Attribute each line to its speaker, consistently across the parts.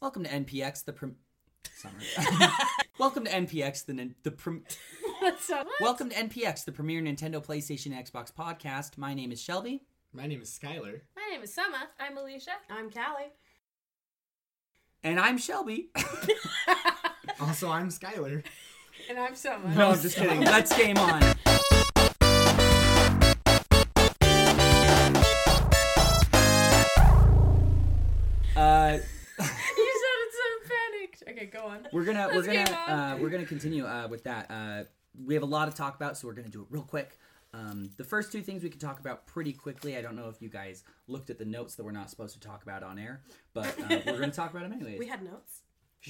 Speaker 1: Welcome to NPX, the prim. Summer. Welcome to NPX, the nin- the prim-
Speaker 2: That's so.
Speaker 1: Welcome to NPX, the premier Nintendo, PlayStation, and Xbox podcast. My name is Shelby.
Speaker 3: My name is Skylar.
Speaker 2: My name is Summer.
Speaker 4: I'm Alicia.
Speaker 2: I'm Callie.
Speaker 1: And I'm Shelby.
Speaker 3: Also, I'm Skylar.
Speaker 2: And I'm Summer.
Speaker 3: No, I'm just kidding.
Speaker 1: Let's game on. Uh,
Speaker 2: You sounded so panicked. Okay, go on.
Speaker 1: we're gonna we're
Speaker 2: Let's game
Speaker 1: gonna
Speaker 2: on.
Speaker 1: uh, we're gonna continue uh, with that. Uh, we have a lot to talk about, so we're gonna do it real quick. Um, the first two things we can talk about pretty quickly. I don't know if you guys looked at the notes that we're not supposed to talk about on air, but uh, we're gonna talk about them anyways.
Speaker 4: We had notes.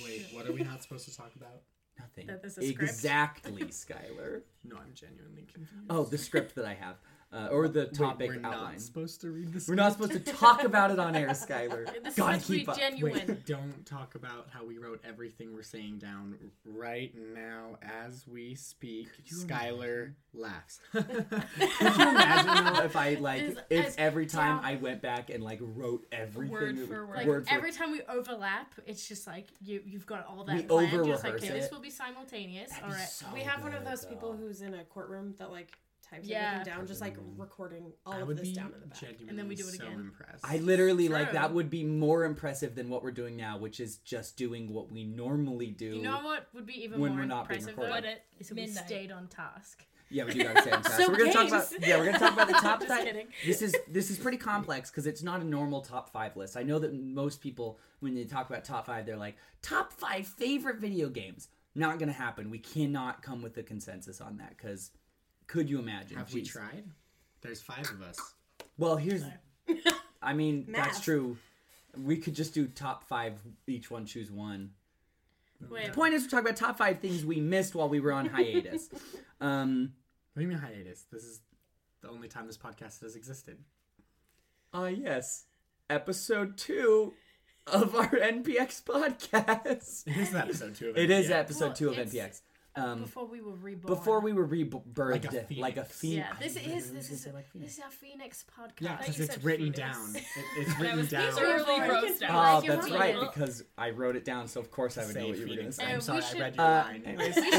Speaker 3: Wait, what are we not supposed to talk about?
Speaker 1: Nothing.
Speaker 2: That this is script.
Speaker 1: exactly, Skylar.
Speaker 3: No, I'm genuinely confused.
Speaker 1: Oh, the script that I have, uh, or the
Speaker 3: Wait,
Speaker 1: topic
Speaker 3: we're
Speaker 1: outline.
Speaker 3: not supposed to read this.
Speaker 1: we're not supposed to talk about it on air, Skylar.
Speaker 2: This
Speaker 1: Gotta
Speaker 2: is supposed to be
Speaker 1: keep up.
Speaker 2: genuine.
Speaker 3: Wait, don't talk about how we wrote everything we're saying down right now as we speak.
Speaker 1: you
Speaker 3: Skylar laughs.
Speaker 1: Could you imagine though if I like
Speaker 2: Is-
Speaker 1: if
Speaker 2: is-
Speaker 1: every time
Speaker 2: yeah.
Speaker 1: I went back and like wrote everything
Speaker 4: Word
Speaker 1: that-
Speaker 4: for word.
Speaker 2: Like
Speaker 1: word for
Speaker 2: every time we overlap, it's just like you you've got all that
Speaker 1: We
Speaker 2: planned. You're just like,
Speaker 1: over-rehearse
Speaker 2: okay, this
Speaker 1: it.
Speaker 2: will be simultaneous.
Speaker 1: That'd
Speaker 2: all
Speaker 1: be
Speaker 2: right.
Speaker 1: so
Speaker 4: we have one of
Speaker 1: good,
Speaker 4: those people
Speaker 1: though.
Speaker 4: who's in a courtroom that like types
Speaker 2: Yeah.
Speaker 4: everything down, just like recording all
Speaker 3: I
Speaker 4: of
Speaker 3: would
Speaker 4: this
Speaker 3: be
Speaker 4: down in the back.
Speaker 3: genuinely
Speaker 2: And then we do it
Speaker 3: so
Speaker 2: again.
Speaker 3: impressed.
Speaker 1: I literally like
Speaker 2: True.
Speaker 1: that would be more impressive than what we're doing now, which is just doing what we normally do.
Speaker 2: You know what would be even
Speaker 1: When
Speaker 2: more
Speaker 1: we're not being
Speaker 2: impressive
Speaker 1: recorded.
Speaker 2: though?
Speaker 1: But
Speaker 4: at
Speaker 2: Is if we
Speaker 4: midnight.
Speaker 2: stayed on task.
Speaker 1: Yeah, we do got the same task.
Speaker 2: So
Speaker 1: we're gonna talk
Speaker 2: games.
Speaker 1: about yeah, we're gonna talk about the top
Speaker 2: Just
Speaker 1: five.
Speaker 2: kidding.
Speaker 1: This is this is pretty complex because it's not a normal top five list. I know that most people when they talk about top five, they're like top five favorite video games. Not gonna happen. We cannot come with a consensus on that because could you imagine?
Speaker 3: Have we
Speaker 1: Jeez.
Speaker 3: tried? There's five of us.
Speaker 1: Well, here's. I mean, that's
Speaker 4: Math.
Speaker 1: true. We could just do top five. Each one choose one.
Speaker 2: Wait.
Speaker 1: Point is, we're talking about top five things we missed while we were on hiatus. um,
Speaker 3: What do you mean hiatus? This is the only time this podcast has existed.
Speaker 1: ah, yes, episode two of our NPX podcast.
Speaker 3: It is episode two of
Speaker 1: It is
Speaker 3: yeah.
Speaker 1: episode
Speaker 2: Well,
Speaker 1: two of
Speaker 2: it's-
Speaker 1: NPX. Um,
Speaker 2: Before we were reborn.
Speaker 1: before we were rebirthed like a
Speaker 3: phoenix.
Speaker 1: phoenix.
Speaker 2: Yeah,
Speaker 1: I
Speaker 2: this
Speaker 1: literally
Speaker 2: is
Speaker 1: was
Speaker 2: this
Speaker 1: gonna
Speaker 2: is
Speaker 1: say like phoenix.
Speaker 2: this is our Phoenix podcast.
Speaker 3: Yeah,
Speaker 2: Like
Speaker 3: because
Speaker 2: you
Speaker 3: it's
Speaker 2: said,
Speaker 3: written
Speaker 2: Phoenix.
Speaker 3: down. It, it's
Speaker 4: That
Speaker 3: written
Speaker 4: was
Speaker 3: down.
Speaker 2: These are-
Speaker 4: Really
Speaker 2: Reborn.
Speaker 4: gross down.
Speaker 1: Oh,
Speaker 2: Like your
Speaker 1: that's
Speaker 2: feet.
Speaker 1: right, because I wrote it down, so of course I would know
Speaker 3: Say
Speaker 1: what you were going to
Speaker 3: Phoenix.
Speaker 1: say.
Speaker 2: Uh,
Speaker 3: I'm
Speaker 2: we
Speaker 3: sorry,
Speaker 2: should-
Speaker 3: I read your
Speaker 1: Uh,
Speaker 3: line.
Speaker 1: anyways.
Speaker 2: We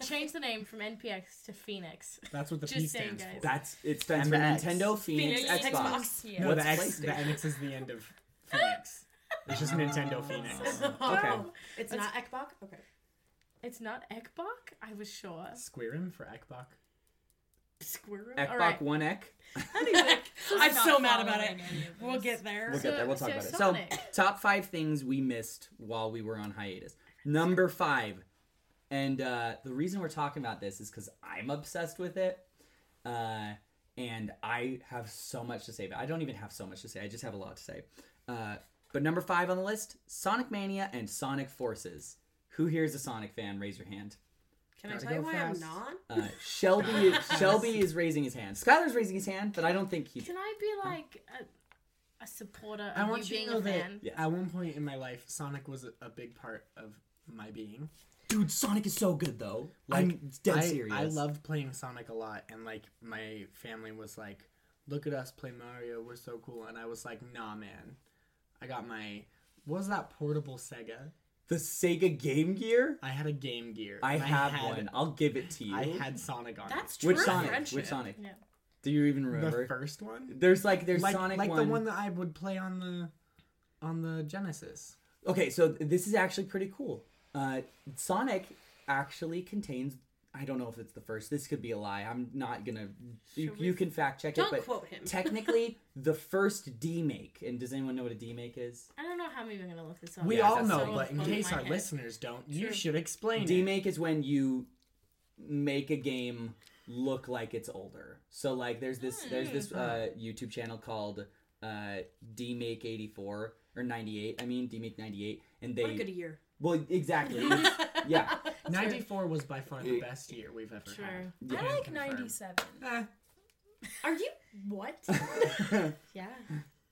Speaker 2: should change the name from NPX to Phoenix.
Speaker 3: That's what the
Speaker 2: Just
Speaker 3: P
Speaker 2: saying,
Speaker 3: stands
Speaker 2: guys.
Speaker 3: for.
Speaker 1: That's it stands
Speaker 3: And
Speaker 1: for
Speaker 3: the X.
Speaker 1: Nintendo, Phoenix,
Speaker 4: Phoenix,
Speaker 1: Xbox.
Speaker 4: Xbox. Yeah.
Speaker 3: No,
Speaker 1: What's
Speaker 3: the X, the
Speaker 1: PlayStation?
Speaker 3: X is the end of Phoenix. It's just Nintendo Phoenix.
Speaker 1: Okay.
Speaker 4: Oh, It's not Ekbok? Okay.
Speaker 2: It's not Ekbok? I was sure.
Speaker 3: Squirim for Ekbok.
Speaker 2: Squirrel?
Speaker 1: Ekbok
Speaker 2: Alright.
Speaker 1: One Ek.
Speaker 4: I'm
Speaker 2: not
Speaker 4: so mad about
Speaker 2: following
Speaker 4: it.
Speaker 2: any of
Speaker 4: We'll
Speaker 2: this.
Speaker 4: get there.
Speaker 1: We'll
Speaker 2: So-
Speaker 1: get there. We'll talk
Speaker 2: so
Speaker 1: about it. So,
Speaker 2: Sonic.
Speaker 1: top five things we missed while we were on hiatus. Number five, and uh, the reason we're talking about this is because I'm obsessed with it, uh, and I have so much to say. But I don't even have so much to say. I just have a lot to say. Uh, but number five on the list: Sonic Mania and Sonic Forces. Who here is a Sonic fan? Raise your hand.
Speaker 4: Can
Speaker 3: Gotta
Speaker 4: I tell you
Speaker 3: go
Speaker 4: why
Speaker 3: fast.
Speaker 4: I'm not?
Speaker 1: Uh, Shelby, is, Shelby is raising his hand. Skylar's raising his hand, but I don't think he's.
Speaker 2: Can I be like a, a supporter
Speaker 3: I
Speaker 2: of
Speaker 3: want
Speaker 2: you
Speaker 3: you to
Speaker 2: being
Speaker 3: know
Speaker 2: a
Speaker 3: that
Speaker 2: fan?
Speaker 1: Yes.
Speaker 3: at one point in my life, Sonic was a- a big part of my being.
Speaker 1: Dude, Sonic is so good though. Like,
Speaker 3: I'm-
Speaker 1: dead
Speaker 3: I,
Speaker 1: serious.
Speaker 3: I loved playing Sonic a lot, and like my family was like, "Look at us play Mario, we're so cool," and I was like, "Nah, man." I got my what was that portable Sega?
Speaker 1: the Sega Game Gear.
Speaker 3: I had a Game Gear.
Speaker 1: I
Speaker 3: and
Speaker 1: have
Speaker 3: had-
Speaker 1: one. I'll give it to you.
Speaker 3: I had Sonic on
Speaker 4: That's
Speaker 3: it.
Speaker 4: true.
Speaker 1: Which Sonic?
Speaker 4: friendship.
Speaker 1: Which Sonic?
Speaker 2: Yeah.
Speaker 1: Do you even
Speaker 3: the
Speaker 1: remember?
Speaker 3: first one.
Speaker 1: There's like there's
Speaker 3: like
Speaker 1: Sonic
Speaker 3: like
Speaker 1: one.
Speaker 3: the one that I would play on the on the Genesis.
Speaker 1: Okay, so th- this is actually pretty cool. Uh, Sonic actually contains. I don't know if it's the first. This could be a lie. I'm not gonna. You,
Speaker 2: Should we-
Speaker 1: you can fact check
Speaker 4: Don't
Speaker 1: it, but
Speaker 4: quote him.
Speaker 1: technically the first D make. And does anyone know what a D make is?
Speaker 2: I don't know how many we're gonna look this up.
Speaker 3: We
Speaker 1: Yeah,
Speaker 3: all
Speaker 1: that's
Speaker 3: know,
Speaker 1: so
Speaker 3: but in
Speaker 2: above
Speaker 3: case
Speaker 2: my
Speaker 3: our
Speaker 2: head.
Speaker 3: listeners don't, you
Speaker 2: Oh, True.
Speaker 3: should explain
Speaker 1: D
Speaker 3: it.
Speaker 1: make is when you make a game look like it's older. So like there's this
Speaker 4: Hmm,
Speaker 1: there's this uh, YouTube channel called uh, D make 84 or 98. I mean D make 98 and
Speaker 4: What a good
Speaker 1: they
Speaker 4: year.
Speaker 1: well exactly it's- yeah.
Speaker 3: 94 was by far the best year we've ever
Speaker 2: True.
Speaker 3: had.
Speaker 1: Yeah.
Speaker 4: I
Speaker 3: Confirmed. Eh,
Speaker 4: Are you what?
Speaker 2: Yeah.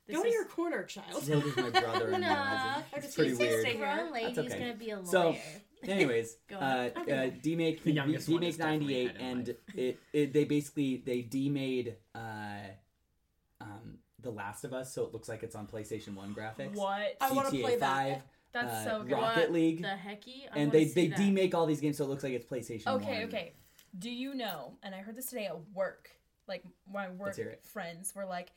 Speaker 2: This
Speaker 4: Go to
Speaker 2: is-
Speaker 4: your corner, child.
Speaker 1: So does my brother in law.
Speaker 2: Nah,
Speaker 1: It's pretty
Speaker 4: okay, so you
Speaker 1: weird.
Speaker 4: say
Speaker 2: This grown lady's
Speaker 1: okay.
Speaker 2: gonna be a lawyer.
Speaker 1: So, anyways,
Speaker 2: Go
Speaker 1: uh,
Speaker 2: on.
Speaker 1: uh, D-Make,
Speaker 3: The youngest one
Speaker 1: D-Make
Speaker 3: is definitely
Speaker 1: 98,
Speaker 3: ahead in
Speaker 1: and
Speaker 3: life.
Speaker 1: it, it they basically, they D-made uh, um, The Last of Us, so it looks like it's on PlayStation 1 graphics.
Speaker 5: What?
Speaker 4: I wanna
Speaker 1: GTA
Speaker 4: play that.
Speaker 1: 5,
Speaker 2: That's
Speaker 1: uh,
Speaker 2: so good.
Speaker 1: Rocket
Speaker 5: What
Speaker 1: League,
Speaker 2: The hecky. I
Speaker 1: and
Speaker 2: wanna
Speaker 1: they
Speaker 2: see
Speaker 1: they
Speaker 2: that.
Speaker 1: demake all these games so it looks like it's PlayStation.
Speaker 5: Okay,
Speaker 1: 1.
Speaker 5: okay. Do you know? And I heard this today at work. Like my work
Speaker 1: hear it.
Speaker 5: friends were like,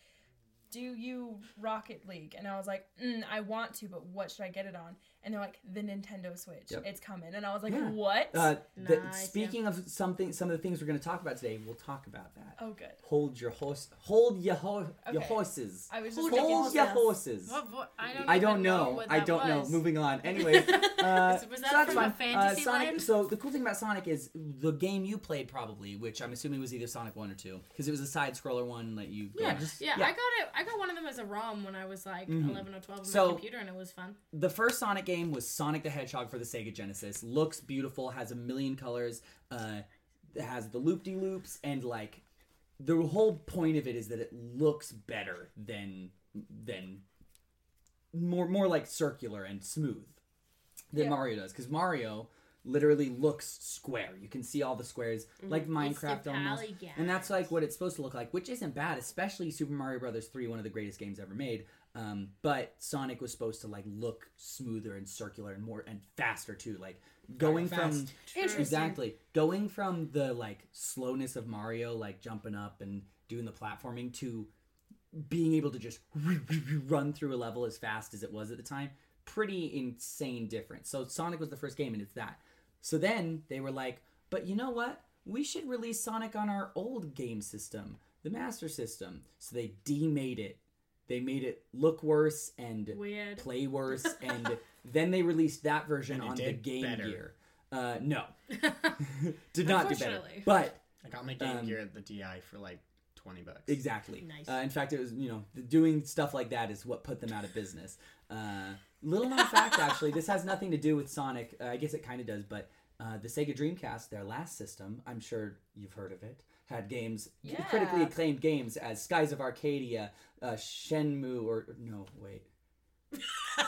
Speaker 5: "Do you Rocket League?" And I was like, mm, "I want to, but what should I get it on?" And they're like, "The Nintendo Switch.
Speaker 1: Yep.
Speaker 5: It's coming." And I was like,
Speaker 1: Yeah.
Speaker 5: "What?"
Speaker 1: Uh, the,
Speaker 2: Nice, yeah.
Speaker 1: speaking of something, some of the things we're going to talk about today, we'll talk about that.
Speaker 5: oh, good.
Speaker 1: Hold your horse. Hold your, ho- your
Speaker 5: Okay.
Speaker 1: horses.
Speaker 5: I was just
Speaker 4: Hold
Speaker 5: thinking,
Speaker 1: Hold
Speaker 4: horses.
Speaker 1: your horses.
Speaker 2: What, vo- I don't.
Speaker 1: I don't
Speaker 2: even
Speaker 1: know.
Speaker 2: what
Speaker 1: I
Speaker 2: that
Speaker 1: don't know.
Speaker 2: was.
Speaker 1: Moving on. Anyway, uh,
Speaker 2: Was that
Speaker 1: so that's
Speaker 2: from
Speaker 1: fine.
Speaker 2: a fantasy
Speaker 1: uh, Sonic.
Speaker 2: land?
Speaker 1: So the cool thing about Sonic is the game you played probably, which I'm assuming was either Sonic One or Two, because it was a side scroller one that you.
Speaker 3: Yeah, just
Speaker 2: Yeah,
Speaker 1: Yeah.
Speaker 2: I got it. I got one of them as a ROM when I was like
Speaker 1: Mhm.
Speaker 2: eleven or twelve on
Speaker 1: So-
Speaker 2: my computer, and it was fun.
Speaker 1: the first Sonic game was Sonic the Hedgehog for the Sega Genesis. Looks beautiful, has a million colors, uh, it has the loop de loops, and like the whole point of it is that it looks better than than more more like circular and smooth than
Speaker 5: Yeah.
Speaker 1: Mario does because Mario literally looks square. You can see all the squares like Minecraft almost. And that's like what it's supposed to look like, which isn't bad, especially Super Mario Brothers 3, one of the greatest games ever made. Um, but Sonic was supposed to like look smoother and circular and more and faster too. Like going from
Speaker 3: Fast.
Speaker 4: Interesting.
Speaker 1: exactly going from the like slowness of Mario, like jumping up and doing the platforming to being able to just run through a level as fast as it was at the time. Pretty insane difference. So Sonic was the first game, and it's that. So then they were like, but you know what? We should release Sonic on our old game system, the Master System. So they demade it. They made it look worse and
Speaker 2: weird.
Speaker 1: play worse, and then they released that version
Speaker 3: And it
Speaker 1: on the
Speaker 3: did
Speaker 1: Game
Speaker 3: better.
Speaker 1: Gear. Uh, no, did not do better.
Speaker 2: Unfortunately.
Speaker 1: But
Speaker 3: I got my Game
Speaker 1: Um,
Speaker 3: Gear at the DI for like twenty bucks.
Speaker 1: Exactly.
Speaker 2: Nice.
Speaker 1: Uh, in fact, it was you know the- doing stuff like that is what put them out of business. Uh, little known fact, actually, this has nothing to do with Sonic. Uh, I guess it kind of does, but uh, the Sega Dreamcast, their last system, I'm sure you've heard of it, had games
Speaker 5: Yeah.
Speaker 1: critically acclaimed games as Skies of Arcadia, uh, Shenmue, or no wait, uh,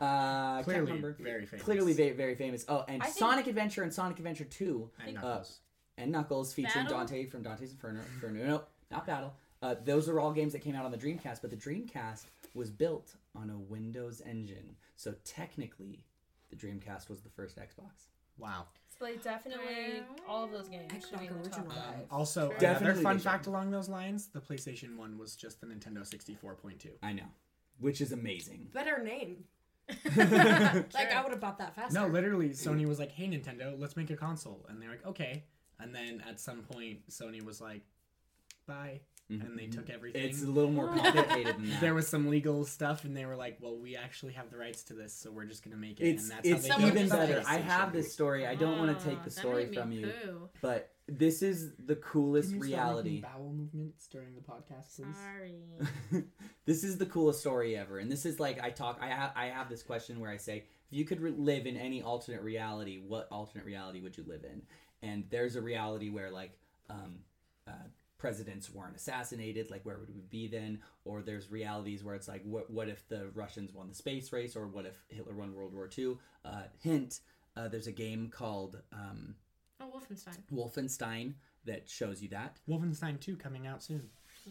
Speaker 1: I can't
Speaker 3: Clearly,
Speaker 1: remember.
Speaker 3: very famous.
Speaker 1: Clearly, very, very famous. Oh, and
Speaker 5: I think-
Speaker 1: Sonic Adventure and Sonic Adventure Two
Speaker 3: and
Speaker 1: uh,
Speaker 3: Knuckles.
Speaker 1: and Knuckles featuring
Speaker 2: Battle?
Speaker 1: Dante from Dante's Inferno. Inferno. No, not Battle. Uh, those are all games that came out on the Dreamcast, but the Dreamcast was built on a Windows engine. So technically, the Dreamcast was the first Xbox.
Speaker 3: wow.
Speaker 5: So like, definitely all of those games should be in the top
Speaker 4: Xbox
Speaker 5: five.
Speaker 4: original.
Speaker 3: Also, another
Speaker 1: Definitely
Speaker 3: fun
Speaker 1: they should.
Speaker 3: fact along those lines: the PlayStation One was just the Nintendo sixty four point two.
Speaker 1: I know, which is amazing.
Speaker 4: Better name. Like
Speaker 2: Sure.
Speaker 4: I would have bought that faster.
Speaker 3: No, literally, Sony was like, "Hey, Nintendo, let's make a console," and they're like, "Okay." And then at some point, Sony was like, "Bye," and they took everything.
Speaker 1: Mm-hmm. It's a little more complicated than that.
Speaker 3: there was some legal stuff, and they were like, "Well, we actually have the rights to this, so we're just gonna make it."
Speaker 1: it's
Speaker 3: and that's
Speaker 1: it's
Speaker 3: how
Speaker 2: Someone
Speaker 3: they built
Speaker 1: even
Speaker 2: just
Speaker 3: the
Speaker 1: better. I
Speaker 3: PlayStation.
Speaker 1: have this story. I don't want to take
Speaker 2: Ah,
Speaker 1: the
Speaker 2: that
Speaker 1: story
Speaker 2: made me
Speaker 1: from you,
Speaker 2: poo.
Speaker 1: but this is the coolest
Speaker 3: Can you stop making
Speaker 1: reality.
Speaker 3: Bowel movements during the podcast, please.
Speaker 2: Sorry.
Speaker 1: this is the coolest story ever, and this is like I talk. I have I have this question where I say, if you could re- live in any alternate reality, what alternate reality would you live in? And there's a reality where like um, uh, presidents weren't assassinated. Like where would we be then? Or there's realities where it's like, what what if the Russians won the space race? Or what if Hitler won World War II? Uh, hint: uh, There's a game called um,
Speaker 2: Oh, Wolfenstein.
Speaker 1: Wolfenstein that shows you that.
Speaker 3: Wolfenstein 2 coming out soon.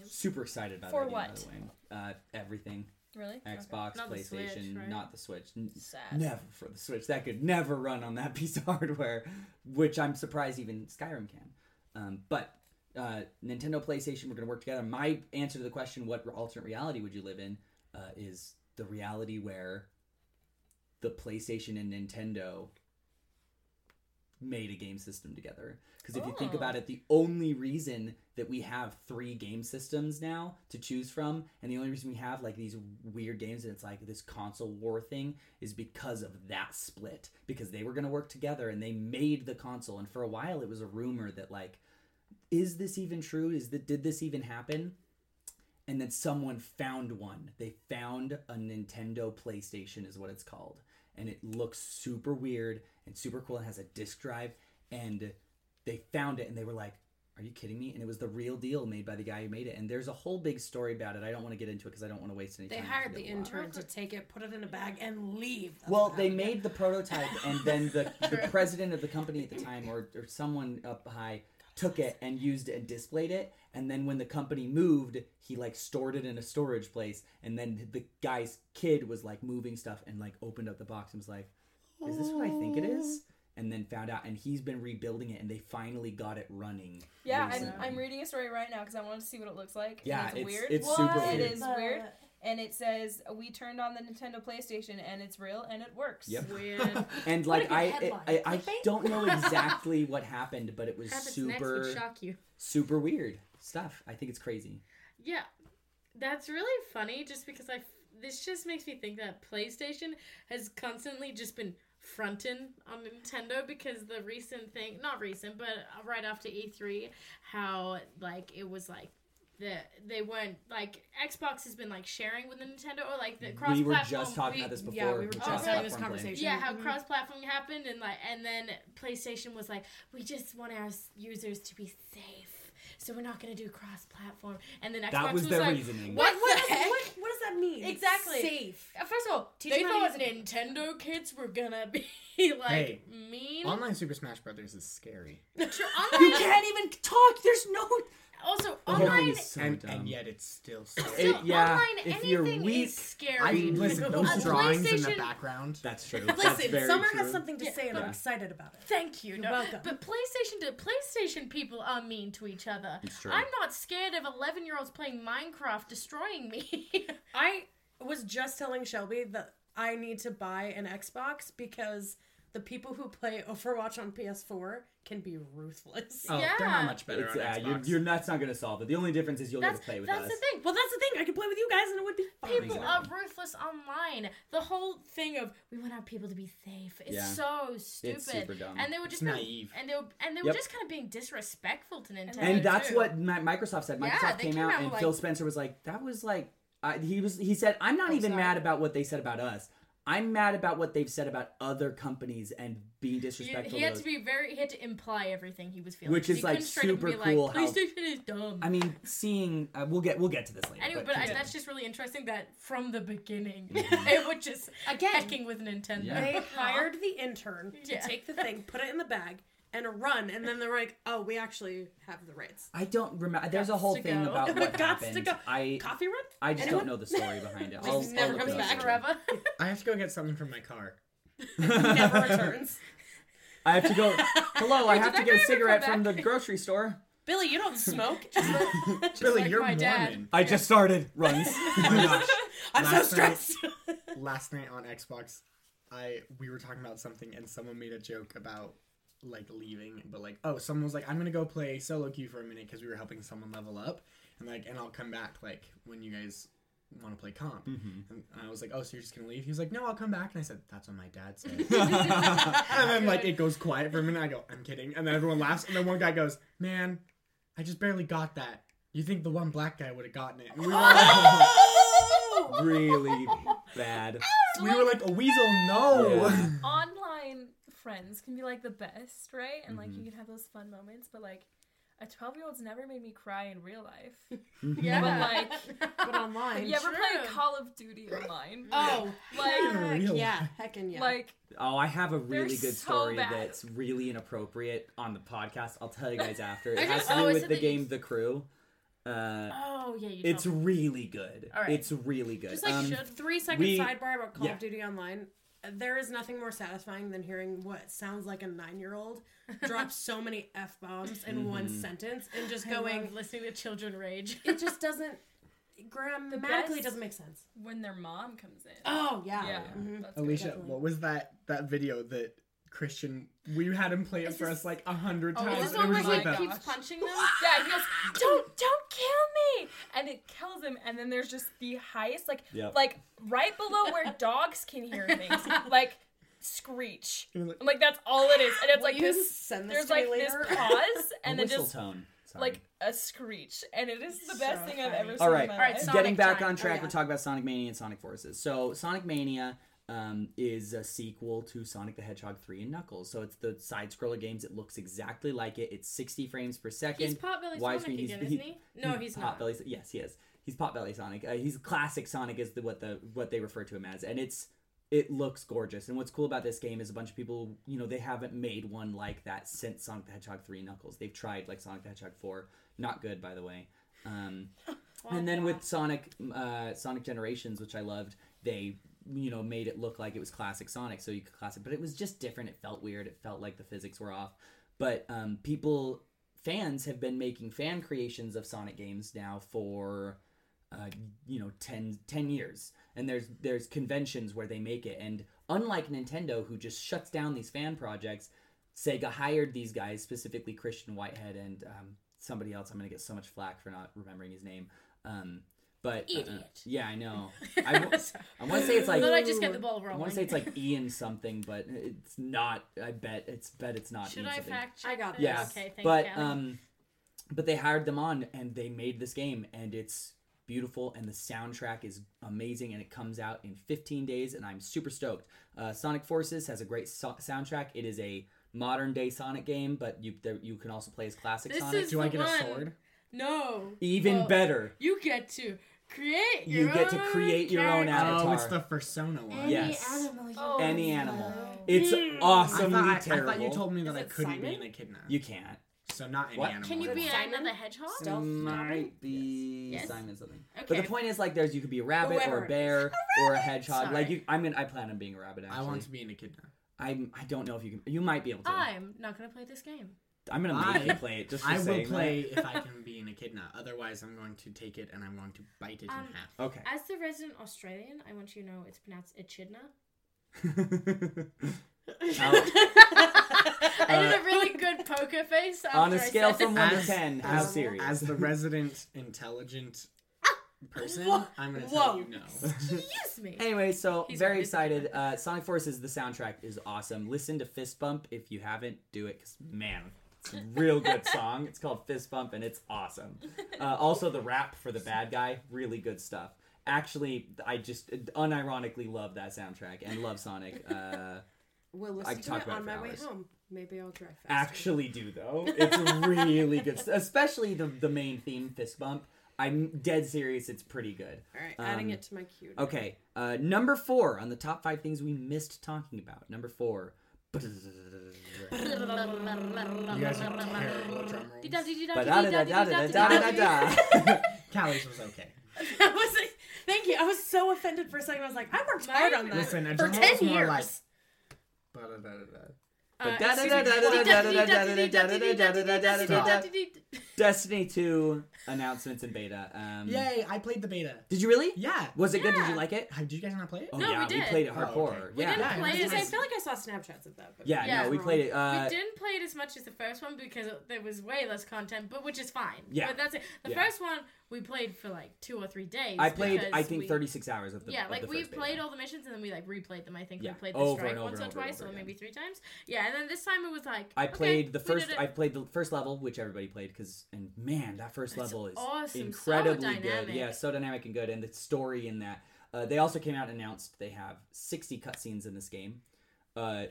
Speaker 1: Super excited about
Speaker 5: For
Speaker 1: that.
Speaker 5: what?
Speaker 1: Game, by the way. Uh, everything.
Speaker 5: Really?
Speaker 1: Xbox,
Speaker 2: Not the
Speaker 1: PlayStation,
Speaker 2: Switch, right?
Speaker 1: not the Switch. N-
Speaker 5: Okay. Sad.
Speaker 1: Never for the Switch. That could never run on that piece of hardware, which I'm surprised even Skyrim can. Um, but uh, Nintendo, PlayStation, we're going to work together. My answer to the question, what alternate reality would you live in, uh, is the reality where the PlayStation and Nintendo made a game system together. Because if you think
Speaker 5: Oh.
Speaker 1: about it, the only reason that we have three game systems now to choose from, and the only reason we have like these weird games and it's like this console war thing is because of that split. Because they were going to work together and they made the console. And for a while, it was a rumor that like, is this even true? Is that did this even happen? And then someone found one. They found a Nintendo PlayStation, is what it's called and it looks super weird and super cool and has a disk drive and they found it and they were like are you kidding me and it was the real deal made by the guy who made it and there's a whole big story about it i don't want to get into it because i don't want to waste any
Speaker 4: They
Speaker 1: time
Speaker 4: hired the
Speaker 1: It's gonna be a lot.
Speaker 4: intern to take it, put it in a bag, and leave. That's
Speaker 1: well
Speaker 4: what
Speaker 1: they
Speaker 4: happened.
Speaker 1: made the prototype and then the, the president of the company at the time or, or someone up high took it and used it and displayed it. And then when the company moved, he like stored it in a storage place. And then the guy's kid was like moving stuff and like opened up the box and was like, "Is this what I think it is?" And then found out, and he's been rebuilding it, and they finally got it running.
Speaker 5: Yeah, I'm,
Speaker 1: recently.
Speaker 5: I'm reading a story right now because I wanted to see what it looks like. and
Speaker 1: Yeah,
Speaker 5: it's,
Speaker 1: it's-
Speaker 5: weird.
Speaker 1: it's
Speaker 2: super
Speaker 5: It
Speaker 2: weird.
Speaker 5: is weird, and it says we turned on the Nintendo PlayStation and it's real and it works.
Speaker 1: Yep.
Speaker 2: Weird.
Speaker 1: And
Speaker 2: What
Speaker 1: like
Speaker 2: a good
Speaker 1: I,
Speaker 2: headline.
Speaker 1: I, I
Speaker 2: Clickbait?
Speaker 1: don't know exactly what happened, but it was
Speaker 2: Habits next
Speaker 1: super,
Speaker 2: would shock you.
Speaker 1: super weird stuff. I think it's crazy.
Speaker 2: Yeah, that's really funny. Just because I, f- this just makes me think that PlayStation has constantly just been fronting on Nintendo because the recent thing, not recent, but uh, right after E3, how like it was like. The, they weren't like Xbox has been like sharing with Nintendo or like the cross
Speaker 1: We
Speaker 2: platform.
Speaker 1: were just talking about this before.
Speaker 4: yeah, we were
Speaker 1: with
Speaker 2: just having
Speaker 1: cross-platform
Speaker 4: this
Speaker 1: play.
Speaker 4: conversation.
Speaker 2: Yeah, how
Speaker 4: Mhm.
Speaker 2: cross platform happened and like and then PlayStation was like, we just want our s- users to be safe. So we're not gonna do cross platform. And then Xbox
Speaker 1: That was
Speaker 2: was
Speaker 1: their
Speaker 2: like,
Speaker 1: reasoning.
Speaker 2: What
Speaker 4: what,
Speaker 2: the heck?
Speaker 4: What, what does that mean?
Speaker 5: Exactly.
Speaker 4: Safe.
Speaker 2: Uh, First of all,
Speaker 4: Teach
Speaker 2: they
Speaker 4: them
Speaker 2: thought
Speaker 4: how to
Speaker 2: Nintendo kids were gonna be like
Speaker 3: Hey,
Speaker 2: mean.
Speaker 3: Online Super Smash Brothers is scary.
Speaker 2: Tr- online-
Speaker 4: can't even talk. There's no.
Speaker 2: also,
Speaker 1: The whole thing
Speaker 2: online,
Speaker 1: is so
Speaker 3: and,
Speaker 1: dumb.
Speaker 3: and yet it's still scary.
Speaker 2: still,
Speaker 1: It- Oh, yeah,
Speaker 2: online,
Speaker 1: if
Speaker 2: anything
Speaker 1: you're weak,
Speaker 2: is scary.
Speaker 3: I mean, listen,
Speaker 4: A
Speaker 3: those drawings in the
Speaker 2: PlayStation-
Speaker 3: background.
Speaker 1: That's true. That's
Speaker 4: Listen,
Speaker 1: very
Speaker 4: Summer
Speaker 1: true.
Speaker 4: has something to say, and
Speaker 1: Yeah.
Speaker 4: I'm excited about it.
Speaker 2: Thank you. No,
Speaker 4: welcome.
Speaker 2: But PlayStation to PlayStation people are mean to each other.
Speaker 1: It's true.
Speaker 2: I'm not scared of 11 year olds playing Minecraft destroying me.
Speaker 4: I was just telling Shelby that I need to buy an Xbox because the people who play Overwatch on PS4 can be ruthless.
Speaker 3: Oh, they're
Speaker 2: Yeah.
Speaker 3: not much better
Speaker 1: It's,
Speaker 3: on
Speaker 1: yeah,
Speaker 3: Xbox.
Speaker 1: you're, you're that's not gonna solve it. The only difference is you'll
Speaker 2: that's
Speaker 1: never play with
Speaker 2: that's
Speaker 1: us.
Speaker 2: the thing.
Speaker 4: Well, that's the thing. I could play with you guys, and it would be fine.
Speaker 2: People are
Speaker 1: Exactly.
Speaker 2: ruthless online. The whole thing of we want our people to be safe is
Speaker 1: Yeah.
Speaker 2: so stupid.
Speaker 1: super dumb.
Speaker 2: And they were
Speaker 3: It's
Speaker 2: just being-
Speaker 3: naive.
Speaker 2: and they were and they were
Speaker 1: Yep.
Speaker 2: just kind of being disrespectful to Nintendo.
Speaker 1: And that's
Speaker 2: too.
Speaker 1: what Mi- Microsoft said.
Speaker 2: Yeah,
Speaker 1: Microsoft
Speaker 2: they
Speaker 1: came,
Speaker 2: came
Speaker 1: out,
Speaker 2: out
Speaker 1: and
Speaker 2: with,
Speaker 1: Phil
Speaker 2: like-
Speaker 1: Spencer was like, "That was like I, he was." He said, "I'm not even
Speaker 5: sorry.
Speaker 1: mad about what they said about us. I'm mad about what they've said about other companies and being
Speaker 2: You-
Speaker 1: disrespectful."
Speaker 2: he
Speaker 1: to
Speaker 2: had
Speaker 1: those.
Speaker 2: to be very. He had to imply everything he was feeling,
Speaker 1: Which is,
Speaker 2: 'cause he
Speaker 1: like,
Speaker 2: couldn't straight up
Speaker 1: super
Speaker 2: be like,
Speaker 1: cool how-
Speaker 2: PlayStation is dumb.
Speaker 1: I mean, seeing uh, we'll get we'll get to this later.
Speaker 2: Anyway, but, I,
Speaker 1: continue.
Speaker 2: that's just really interesting that from the beginning they were just
Speaker 4: Again,
Speaker 2: hecking with Nintendo.
Speaker 1: Yeah.
Speaker 4: They hired the intern to
Speaker 2: Yeah.
Speaker 4: take the thing, put it in the bag, and run. And then they're like, "Oh, we actually have the rights.
Speaker 1: I don't remember. There's a whole
Speaker 2: to
Speaker 1: thing
Speaker 2: go.
Speaker 1: about what
Speaker 4: Gots to
Speaker 1: happened.
Speaker 4: go.
Speaker 1: I
Speaker 4: Coffee run?
Speaker 1: I just
Speaker 4: Anyone?
Speaker 1: don't know the story behind it.
Speaker 4: Just
Speaker 1: I'll, I'll
Speaker 4: never
Speaker 1: look
Speaker 4: comes
Speaker 1: it up
Speaker 4: back.
Speaker 1: later.
Speaker 2: forever.
Speaker 3: I have to go get something from my car.
Speaker 4: Never returns.
Speaker 1: I have to go. Hello, I
Speaker 2: Wait,
Speaker 1: have to get
Speaker 2: did that guy
Speaker 1: a
Speaker 2: ever
Speaker 1: cigarette
Speaker 2: come
Speaker 1: from the
Speaker 2: back?
Speaker 1: grocery store.
Speaker 4: Billy, you don't smoke. Just like,
Speaker 3: Billy,
Speaker 2: like
Speaker 3: you're
Speaker 2: my
Speaker 3: Mormon.
Speaker 2: dad.
Speaker 1: I just started runs.
Speaker 3: Oh my gosh.
Speaker 4: I'm so
Speaker 3: Last night-
Speaker 4: stressed.
Speaker 3: Last night on Xbox, I we were talking about something and someone made a joke about like leaving, but like oh, someone was like, I'm gonna go play solo queue for a minute because we were helping someone level up, and like and I'll come back like when you guys want to play comp.
Speaker 1: Mm-hmm.
Speaker 3: And I was like, oh, so you're just gonna leave? He was like, no, I'll come back. And I said, that's what my dad said. and then like it goes quiet for a minute. I go, I'm kidding. And then everyone laughs. And then one guy goes, man, I just barely got that. You think the one black guy would have gotten it? And we were like,
Speaker 1: really bad.
Speaker 3: we were like a weasel. No.
Speaker 1: Yeah.
Speaker 5: Online friends can be like the best, right? And
Speaker 1: Mm-hmm.
Speaker 5: like you can have those fun moments, but like a 12 year old's never made me cry in real life.
Speaker 2: yeah,
Speaker 5: But like,
Speaker 4: but online,
Speaker 5: you ever play
Speaker 2: True.
Speaker 5: Call of Duty online?
Speaker 4: Oh,
Speaker 5: Like,
Speaker 3: In real
Speaker 4: yeah,
Speaker 3: life.
Speaker 4: heckin' yeah.
Speaker 5: like,
Speaker 1: Oh, I have a
Speaker 5: They're
Speaker 1: really good
Speaker 5: so
Speaker 1: story
Speaker 5: bad.
Speaker 1: that's really inappropriate on the podcast. I'll tell you guys after. It
Speaker 2: I
Speaker 1: has
Speaker 2: just-
Speaker 1: to do
Speaker 2: oh, I
Speaker 1: with
Speaker 2: said
Speaker 1: the
Speaker 2: that you-
Speaker 1: game The Crew. Uh,
Speaker 2: Oh yeah, you.
Speaker 1: it's
Speaker 2: told me.
Speaker 1: really good.
Speaker 2: All right.
Speaker 1: It's really good.
Speaker 4: just like
Speaker 1: Um,
Speaker 4: should three second
Speaker 1: we-
Speaker 4: sidebar about Call
Speaker 1: yeah.
Speaker 4: of Duty Online. Uh, There is nothing more satisfying than hearing what sounds like a nine year old drop so many f bombs in one
Speaker 1: Mm-hmm.
Speaker 4: sentence and just
Speaker 2: going
Speaker 4: going.
Speaker 2: listening to children rage.
Speaker 4: It just doesn't grammatically
Speaker 5: best-
Speaker 4: it doesn't make sense.
Speaker 5: when their mom comes in.
Speaker 4: Oh yeah.
Speaker 5: yeah.
Speaker 1: Mm-hmm.
Speaker 4: Mhm.
Speaker 5: That's good.
Speaker 3: Alicia,
Speaker 4: Definitely.
Speaker 3: what was that that video that Christian we had him play it
Speaker 2: Is
Speaker 3: for
Speaker 2: this-
Speaker 3: us like a hundred
Speaker 5: Oh,
Speaker 3: times?
Speaker 5: is
Speaker 2: This
Speaker 5: this
Speaker 3: and
Speaker 2: one
Speaker 3: it
Speaker 2: where
Speaker 3: was
Speaker 5: my
Speaker 2: he
Speaker 3: like
Speaker 5: God.
Speaker 3: that.
Speaker 2: keeps punching them.
Speaker 5: Yeah, he goes, "Don't, don't kill me!" And it kills him. And then there's just the highest, like,
Speaker 1: Yep.
Speaker 5: like right below where dogs can hear things, like screech.
Speaker 3: He was like-
Speaker 5: I'm like, that's all it is. And it's like
Speaker 4: Will you
Speaker 5: this.
Speaker 4: Send
Speaker 5: There's
Speaker 4: to me
Speaker 5: like this
Speaker 4: later?
Speaker 5: pause,
Speaker 1: a
Speaker 5: and then
Speaker 1: whistle
Speaker 5: just
Speaker 1: tone. Sorry.
Speaker 5: like a screech, and it is the best
Speaker 4: So
Speaker 5: thing I've
Speaker 4: funny.
Speaker 5: ever seen.
Speaker 1: All right,
Speaker 5: in my
Speaker 1: all
Speaker 2: right,
Speaker 5: life.
Speaker 2: Sonic
Speaker 1: getting back
Speaker 2: Time.
Speaker 1: on track,
Speaker 4: Oh,
Speaker 1: we're
Speaker 4: yeah.
Speaker 1: talking about Sonic Mania and Sonic Forces. So Sonic Mania um, is a sequel to Sonic the Hedgehog 3 and Knuckles. So it's the side scroller games. It looks exactly like it. It's 60 frames per second.
Speaker 2: He's potbelly
Speaker 1: Why
Speaker 2: Sonic
Speaker 1: is he-
Speaker 2: again,
Speaker 1: he's-
Speaker 2: isn't he? No, he's not.
Speaker 1: Potbelly- Yes, he is. He's Potbelly Sonic. Uh, he's classic Sonic is the, what the what they refer to him as, and it's it looks gorgeous. And what's cool about this game is a bunch of people, you know, they haven't made one like that since Sonic the Hedgehog 3 Knuckles. They've tried like Sonic the Hedgehog 4, not good by the way. Um, and then with Sonic uh, Sonic Generations, which I loved, they you know made it look like it was classic Sonic, so you could classic, but it was just different. It felt weird. It felt like the physics were off. But um, people fans have been making fan creations of Sonic games now for uh, you know 10, 10 years and there's there's conventions where they make it and unlike nintendo who just shuts down these fan projects sega hired these guys specifically christian whitehead and um, somebody else i'm gonna get so much flack for not remembering his name um, but uh,
Speaker 2: Idiot.
Speaker 1: yeah i know i, w- I want to say it's like
Speaker 2: Thought I just get the ball
Speaker 1: i
Speaker 2: rolling.
Speaker 1: want to say it's like ian something but it's not i bet it's bet it's not
Speaker 2: Should
Speaker 1: ian
Speaker 2: I
Speaker 1: something.
Speaker 2: fact check?
Speaker 4: I got
Speaker 2: this?
Speaker 1: Yeah.
Speaker 2: Okay, thanks,
Speaker 1: but
Speaker 2: Callie.
Speaker 1: um but they hired them on and they made this game and it's beautiful and the soundtrack is amazing and it comes out in 15 days and I'm super stoked. Uh, Sonic Forces has a great so- soundtrack. It is a modern day Sonic game, but you there, you can also play as classic
Speaker 2: This
Speaker 1: Sonic.
Speaker 2: is-
Speaker 3: Do I
Speaker 2: the
Speaker 3: get a
Speaker 2: one.
Speaker 3: sword?
Speaker 2: no.
Speaker 1: Even
Speaker 2: Well,
Speaker 1: better.
Speaker 2: You get to create.
Speaker 1: You
Speaker 2: your
Speaker 1: get to
Speaker 2: own
Speaker 1: create your own
Speaker 2: character.
Speaker 1: Avatar.
Speaker 3: Oh, it's the persona one.
Speaker 1: Any Yeah. Yes.
Speaker 6: animal you
Speaker 2: Oh,
Speaker 1: Any animal.
Speaker 2: no.
Speaker 1: It's
Speaker 2: Mm.
Speaker 3: I thought,
Speaker 1: awesomely
Speaker 3: I, I
Speaker 1: terrible.
Speaker 3: thought you told me that
Speaker 4: Is
Speaker 3: I
Speaker 4: it
Speaker 3: couldn't be
Speaker 4: Simon?
Speaker 3: an echidna.
Speaker 1: You can't.
Speaker 3: so not any
Speaker 1: What?
Speaker 3: animal.
Speaker 2: Can you
Speaker 3: at
Speaker 2: be
Speaker 3: all.
Speaker 6: Simon?
Speaker 2: another hedgehog?
Speaker 4: Stealth
Speaker 1: Might be
Speaker 2: Yes.
Speaker 1: Simon something. But
Speaker 2: Okay.
Speaker 1: the point is, like, there's you could be a rabbit or
Speaker 4: whatever
Speaker 1: a
Speaker 4: it
Speaker 1: bear or a hedgehog.
Speaker 2: Sorry.
Speaker 1: Like, you, I mean, I plan on being a rabbit. Actually,
Speaker 3: I want to be an echidna.
Speaker 1: I'm- I don't know if you can. You might be able to.
Speaker 2: I'm not gonna play this game.
Speaker 1: I'm gonna make
Speaker 3: I-
Speaker 1: you play it. Just for
Speaker 3: I will
Speaker 1: saying that.
Speaker 3: play if I can be an echidna. Otherwise, I'm going to take it and I'm going to bite it
Speaker 2: Um,
Speaker 3: in half.
Speaker 1: Okay.
Speaker 2: As the resident Australian, I want you to know it's pronounced Echidna.
Speaker 4: Mm-hmm.
Speaker 1: uh,
Speaker 2: I did a really good poker face. After
Speaker 1: On a
Speaker 2: I
Speaker 1: scale
Speaker 2: said
Speaker 1: from
Speaker 2: it.
Speaker 1: one to ten, how
Speaker 3: as,
Speaker 1: serious?
Speaker 3: As the resident intelligent person,
Speaker 4: Wha-
Speaker 3: I'm going to
Speaker 4: whoa.
Speaker 3: tell you no.
Speaker 2: Excuse me.
Speaker 1: anyway, so
Speaker 2: He's
Speaker 1: very
Speaker 2: right, it's different.
Speaker 1: excited. Uh, Sonic Forces, the soundtrack is awesome. Listen to Fist Bump if you haven't. Do it, cause man, it's a real good song. It's called Fist Bump, and it's awesome. Uh, also, the rap for the bad guy, really good stuff. Actually, I just unironically love that soundtrack and love Sonic. Uh,
Speaker 4: We'll
Speaker 1: I
Speaker 4: listen
Speaker 1: could talk
Speaker 4: to
Speaker 1: about it
Speaker 4: it on
Speaker 1: for
Speaker 4: my
Speaker 1: hours.
Speaker 4: way home. Maybe I'll drive faster.
Speaker 1: actually do though. It's really good, st- especially the the main theme, fist bump. I'm dead serious. It's pretty good.
Speaker 4: All right, adding
Speaker 1: Um,
Speaker 4: it to my queue. now.
Speaker 1: Okay, uh, number four on the top five things we missed talking about. Number four.
Speaker 3: You guys are terrible at drum rolls.
Speaker 1: Ba-da-da-da-da-da-da-da.
Speaker 3: Callie's was okay.
Speaker 4: I was like, thank you. I was so offended for a second. I was like, I worked hard on that
Speaker 3: Listen, a
Speaker 4: for
Speaker 3: drum roll
Speaker 4: ten
Speaker 3: is more
Speaker 4: years.
Speaker 3: like. ba-da-da-da-da.
Speaker 2: Uh,
Speaker 1: Destiny 2 announcements in beta. Um,
Speaker 3: Yay! I played the beta.
Speaker 1: Did you really?
Speaker 3: Yeah.
Speaker 1: Was it good? Did
Speaker 2: Yeah.
Speaker 1: you like it?
Speaker 3: How- Did you guys not play it?
Speaker 1: Oh,
Speaker 2: No,
Speaker 1: yeah,
Speaker 2: we
Speaker 1: we
Speaker 2: did.
Speaker 1: played it
Speaker 3: Oh, okay.
Speaker 1: hardcore.
Speaker 2: We
Speaker 1: yeah.
Speaker 2: didn't
Speaker 3: Yeah,
Speaker 2: play
Speaker 3: it was
Speaker 4: I
Speaker 2: it.
Speaker 4: feel like I saw Snapchats of that. But
Speaker 1: yeah,
Speaker 2: Yeah.
Speaker 1: no, we played it. Uh,
Speaker 2: we didn't play it as much as the first one because there was way less content, but which is fine.
Speaker 1: Yeah.
Speaker 2: But that's it. The
Speaker 1: Yeah.
Speaker 2: first one we played for like two or three days.
Speaker 1: I played, I
Speaker 2: because
Speaker 1: think,
Speaker 2: we-
Speaker 1: 36 hours of the
Speaker 2: yeah,
Speaker 1: of
Speaker 2: like
Speaker 1: the
Speaker 2: we
Speaker 1: first beta.
Speaker 2: played all the missions and then we like replayed them. I think
Speaker 1: Yeah,
Speaker 2: we played the
Speaker 1: over
Speaker 2: strike
Speaker 1: and over
Speaker 2: once
Speaker 1: and
Speaker 2: or
Speaker 1: over and
Speaker 2: twice,
Speaker 1: over
Speaker 2: or
Speaker 1: again.
Speaker 2: maybe three times. Yeah, and then this time it was like
Speaker 1: I
Speaker 2: okay,
Speaker 1: played the
Speaker 2: we did
Speaker 1: first.
Speaker 2: it.
Speaker 1: I played the first level, which everybody played, because and man, that first
Speaker 2: That's
Speaker 1: level is
Speaker 2: awesome, so
Speaker 1: incredibly good.
Speaker 2: dynamic.
Speaker 1: Yeah, so dynamic and good, and the story in that. Uh, they also came out and announced they have 60 cutscenes in this game. Uh,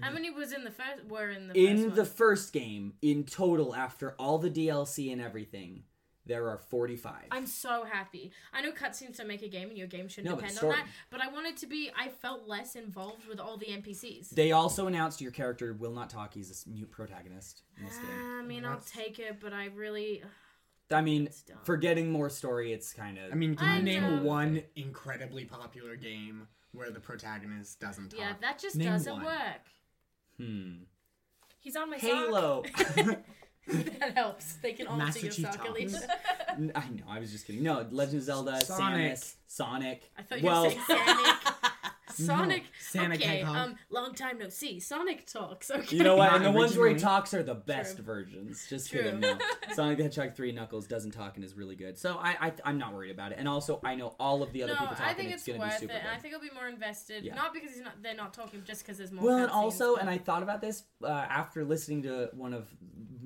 Speaker 2: How many was in the first? Were in the first
Speaker 1: in
Speaker 2: one?
Speaker 1: the first game, in total, after all the DLC and everything, there are 45.
Speaker 2: I'm so happy. I know cutscenes don't make a game, and your game shouldn't
Speaker 1: No, but
Speaker 2: depend
Speaker 1: story-
Speaker 2: on that. But I wanted to be. I felt less involved with all the NPCs.
Speaker 1: They also announced your character will not talk. He's this mute protagonist in this game.
Speaker 2: Ah, I mean, I'll take it, but I really.
Speaker 1: I mean,
Speaker 2: It's Ah, dumb.
Speaker 1: for getting more story, it's kind of.
Speaker 3: I mean, can you
Speaker 2: I
Speaker 3: name
Speaker 2: know.
Speaker 3: one incredibly popular game where the protagonist doesn't talk?
Speaker 1: Ah,
Speaker 2: Yeah, that just
Speaker 3: Name
Speaker 2: doesn't
Speaker 3: one.
Speaker 2: work.
Speaker 1: hmm.
Speaker 5: He's on my
Speaker 1: Halo.
Speaker 2: that helps. They can all do your
Speaker 3: Master Chief
Speaker 2: sock at least.
Speaker 3: talks.
Speaker 1: N- I know. I was just kidding. No, Legend of Zelda,
Speaker 3: Sonic.
Speaker 1: Samus, Sonic.
Speaker 2: I thought you
Speaker 1: well,
Speaker 2: were saying Sonic. Sonic.
Speaker 3: Sonic
Speaker 2: okay.
Speaker 3: Hedgehog.
Speaker 2: Um, long time no see. Sonic talks. Okay.
Speaker 1: you know what?
Speaker 3: Not
Speaker 1: And the ones where he
Speaker 3: originally.
Speaker 1: talks are the best
Speaker 2: True.
Speaker 1: versions. Just
Speaker 2: True.
Speaker 1: kidding. No. Sonic the Hedgehog three Knuckles doesn't talk and is really good. So I, I I'm not worried about it. And also I know all of the other
Speaker 2: no,
Speaker 1: people talking.
Speaker 2: I think it's,
Speaker 1: gonna be
Speaker 2: worth it,
Speaker 1: super
Speaker 2: and I
Speaker 1: good.
Speaker 2: think I'll be more invested.
Speaker 1: Yeah.
Speaker 2: Not because he's not, they're not talking, just because there's more.
Speaker 1: Well, and
Speaker 2: cutscenes,
Speaker 1: also,
Speaker 2: but-
Speaker 1: and I thought about this uh, after listening to one of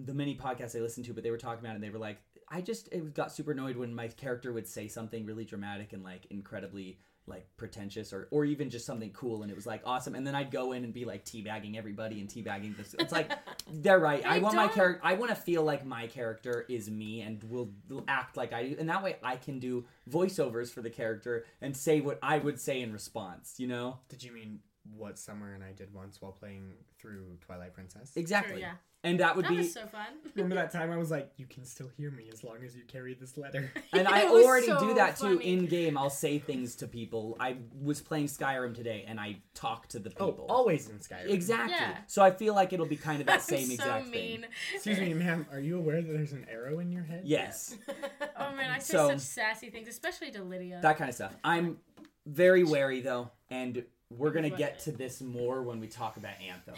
Speaker 1: the many podcasts I listened to, but they were talking about it and they were like, I just it got super annoyed when my character would say something really dramatic and like incredibly like pretentious or or even just something cool and it was like awesome and then I'd go in and be like teabagging everybody and teabagging this it's like they're right I
Speaker 2: They
Speaker 1: want my
Speaker 2: don't-
Speaker 1: character I want to feel like my character is me and will act like I do and that way I can do voiceovers for the character and say what I would say in response you know
Speaker 3: Did you mean what Summer and I did once while playing through Twilight Princess?
Speaker 1: exactly
Speaker 2: yeah.
Speaker 1: and that would
Speaker 2: That
Speaker 1: be
Speaker 2: was so fun.
Speaker 3: Remember that time I was like, "You can still hear me as long as you carry this letter."
Speaker 1: And I
Speaker 2: It was
Speaker 1: already
Speaker 2: so
Speaker 1: do that too
Speaker 2: funny.
Speaker 1: in game. I'll say things to people. I was playing Skyrim today and I talk to the
Speaker 3: Oh,
Speaker 1: people.
Speaker 3: always in Skyrim.
Speaker 1: exactly.
Speaker 2: Yeah.
Speaker 1: So I feel like it'll be kind of that same
Speaker 2: I'm
Speaker 1: exact
Speaker 2: so
Speaker 1: thing.
Speaker 2: mean.
Speaker 3: Excuse me, ma'am. Are you aware that there's an arrow in your head?
Speaker 1: Yes,
Speaker 2: Oh man, I say
Speaker 1: So-
Speaker 2: such sassy things, especially to Lydia.
Speaker 1: that kind of stuff. I'm very wary though, and we're gonna
Speaker 2: Right.
Speaker 1: get to this more when we talk about Anthem,